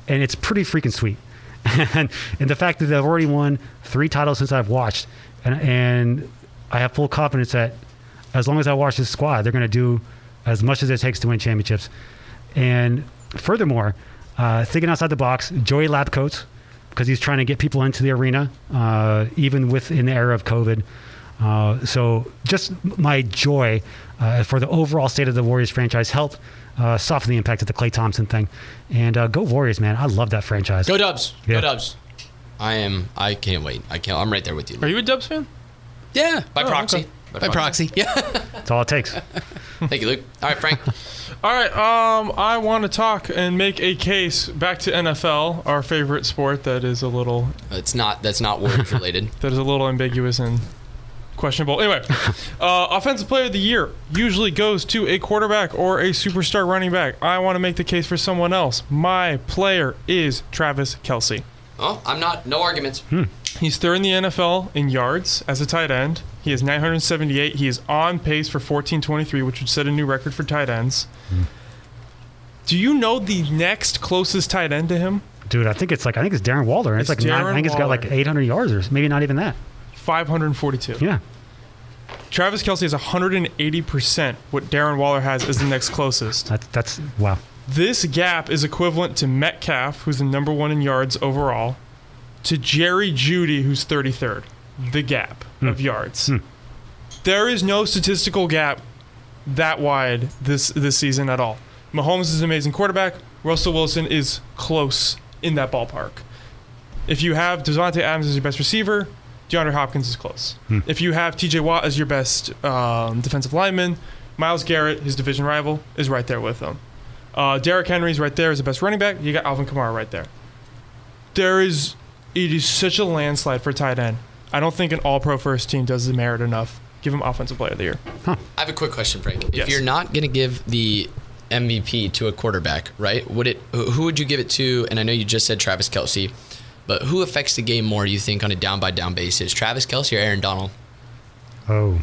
And it's pretty freaking sweet. and, and the fact that they've already won three titles since I've watched, and, and I have full confidence that as long as I watch this squad, they're going to do as much as it takes to win championships. And furthermore, uh, thinking outside the box, Joey Labcoats, because he's trying to get people into the arena, uh, even within the era of COVID. Uh, so just my joy uh, for the overall state of the Warriors franchise helped uh, soften the impact of the Clay Thompson thing. And uh, go Warriors, man. I love that franchise. Go Dubs. Go Yeah. Dubs. I am. I can't wait. I can't. I'm right there with you. Are you a Dubs fan? Yeah. By Oh, proxy. okay. By proxy. Yeah. That's all it takes. Thank you, Luke. All right, Frank. All right. Um, I want to talk and make a case back to NFL, our favorite sport that is a little It's not. That's not Warriors related. that is a little ambiguous and questionable. Anyway, uh, offensive player of the year usually goes to a quarterback or a superstar running back. I want to make the case for someone else. My player is Travis Kelsey. Oh, I'm not. No arguments. Hmm. He's third in the NFL in yards as a tight end. He has 978. He is on pace for 1423, which would set a new record for tight ends. Do you know the next closest tight end to him? Dude, I think it's like, I think it's Darren Waller. It's, It's like, nine, Darren I think it's got Waller. like 800 yards or maybe not even that. 542. Yeah. Travis Kelsey has 180% what Darren Waller has as the next closest. That's, that's wow. This gap is equivalent to Metcalf, who's the number one in yards overall, to Jerry Judy, who's 33rd. The gap of yards. There is no statistical gap that wide this this season at all. Mahomes is an amazing quarterback. Russell Wilson is close in that ballpark. If you have Devontae Adams as your best receiver, DeAndre Hopkins is close. If you have TJ Watt as your best um, defensive lineman, Miles Garrett, his division rival, is right there with him. Uh, Derrick Henry's right there as the best running back. You got Alvin Kamara right there. There is, it is such a landslide for tight end. I don't think an All Pro first team does the merit enough. Give him Offensive Player of the Year. I have a quick question, Frank. If Yes. you're not going to give the MVP to a quarterback, right? Would it? wh- Who would you give it to? And I know you just said Travis Kelsey, but who affects the game more? You think on a down by down basis, Travis Kelsey or Aaron Donald? Oh,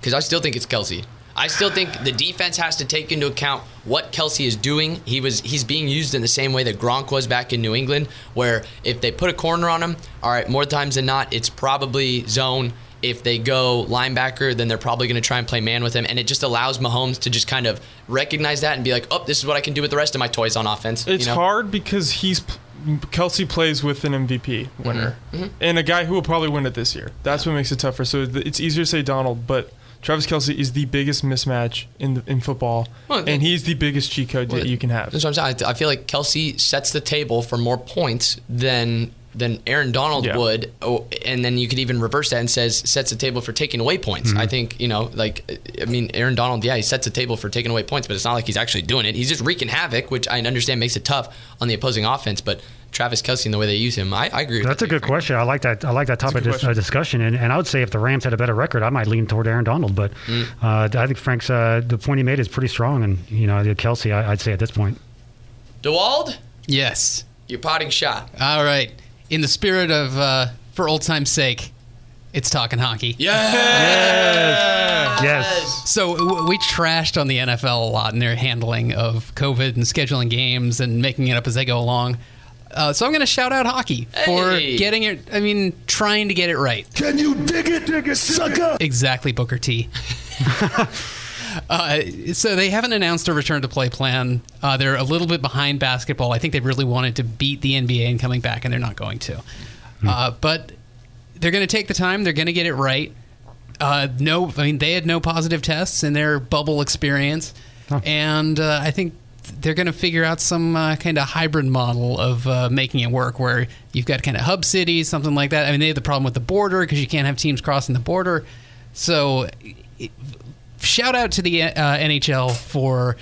Because I still think it's Kelsey. I still think the defense has to take into account what Kelsey is doing. He was he's being used in the same way that Gronk was back in New England, where if they put a corner on him, all right, more times than not, it's probably zone. If they go linebacker, then they're probably going to try and play man with him, and it just allows Mahomes to just kind of recognize that and be like, "Oh, this is what I can do with the rest of my toys on offense." It's you know? hard because he's Kelsey plays with an MVP Mm-hmm. winner and a guy who will probably win it this year. That's what makes it tougher. So th- it's easier to say Donald, but Travis Kelsey is the biggest mismatch in the, in football, Well, and he's the biggest cheat code that you can have. That's what I'm saying. I, I feel like Kelsey sets the table for more points than than Aaron Donald Yeah. would, oh, and then you could even reverse that and says sets the table for taking away points. Mm-hmm. I think you know, like I mean, Aaron Donald, yeah, he sets the table for taking away points, but it's not like he's actually doing it. He's just wreaking havoc, which I understand makes it tough on the opposing offense. But Travis Kelsey and the way they use him, I, I agree. With that's you, a good Frank. question. I like that. I like that topic good dis- question. uh, discussion. And, and I would say if the Rams had a better record, I might lean toward Aaron Donald. But Mm. uh, I think Frank's uh, the point he made is pretty strong. And you know, Kelsey, I, I'd say at this point, Dewald, Yes. your potting shot. All right. In the spirit of, uh, for old time's sake, it's talking hockey. yes, So w- we trashed on the NFL a lot in their handling of COVID and scheduling games and making it up as they go along. Uh, so I'm going to shout out hockey for Hey. getting it. I mean, trying to get it right. Can you dig it, dig it, sucker? Exactly, Booker T. uh, so they haven't announced a return to play plan. Uh, they're a little bit behind basketball. I think they really wanted to beat the NBA in coming back, and they're not going to. Uh, but they're going to take the time. They're going to get it right. Uh, no, I mean they had no positive tests in their bubble experience, and uh, I think they're going to figure out some uh, kind of hybrid model of uh, making it work, where you've got kind of hub cities, something like that. I mean they have the problem with the border because you can't have teams crossing the border, so. It, Shout out to the uh, NHL for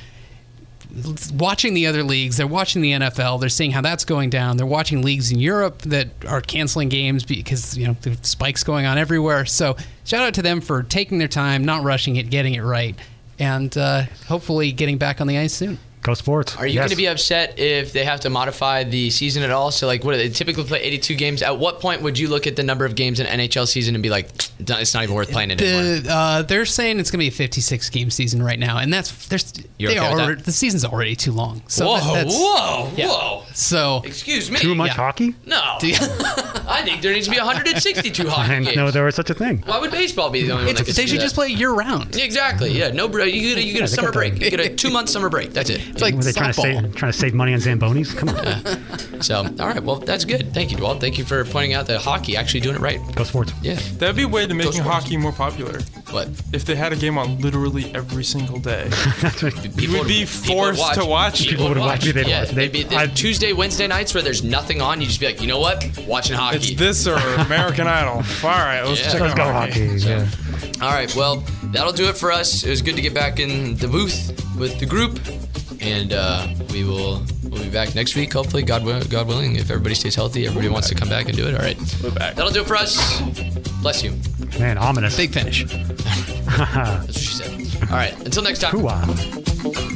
watching the other leagues. They're watching the NFL. They're seeing how that's going down. They're watching leagues in Europe that are canceling games because you know the spikes going on everywhere. So shout out to them for taking their time, not rushing it, getting it right, and uh, hopefully getting back on the ice soon. go sports. Are you going to be upset if they have to modify the season at all? So, like, what they typically play 82 games? At what point would you look at the number of games in NHL season and be like, it's not even worth playing it anymore? The, uh, they're saying it's going to be a 56 game season right now, and that's there's You they okay with are that? the season's already too long. So that- whoa, that's, whoa, yeah. whoa! So Excuse me. too much Yeah. hockey? No, I think there needs to be 162 I hockey didn't games. know there was such a thing. Why would baseball be the only one? That it's, could they do should that? just play year round. Exactly. Yeah. No, bro. You get a, you get Yeah, a they summer got that. break. You get a two month summer break. That's it. It's like Were they trying to softball. save trying to save money on zambonis? Come on, so, all right. Well, that's good. Thank you, Dwalt. Thank you for pointing out that hockey actually doing it right. go sports. Yeah. That would be a way to making sports. hockey more popular. What? If they had a game on literally every single day, you would people be forced to watch it. People would watch it. They'd yeah, watch it. they'd be- They- I- Tuesday, Wednesday nights where there's nothing on, you just be like, you know what? Watching hockey. It's this or American Idol. All right, let's Yeah. check Let's out go hockey. hockey. Yeah. All right, well, that'll do it for us. It was good to get back in the booth with the group, and uh, we will we'll be back next week. Hopefully, God wi- God willing, if everybody stays healthy, everybody wants to come back and do it. All right, we're back. That'll do it for us. Bless you. Man, ominous. Big finish. That's what she said. All right, until next time. Hoo-ah.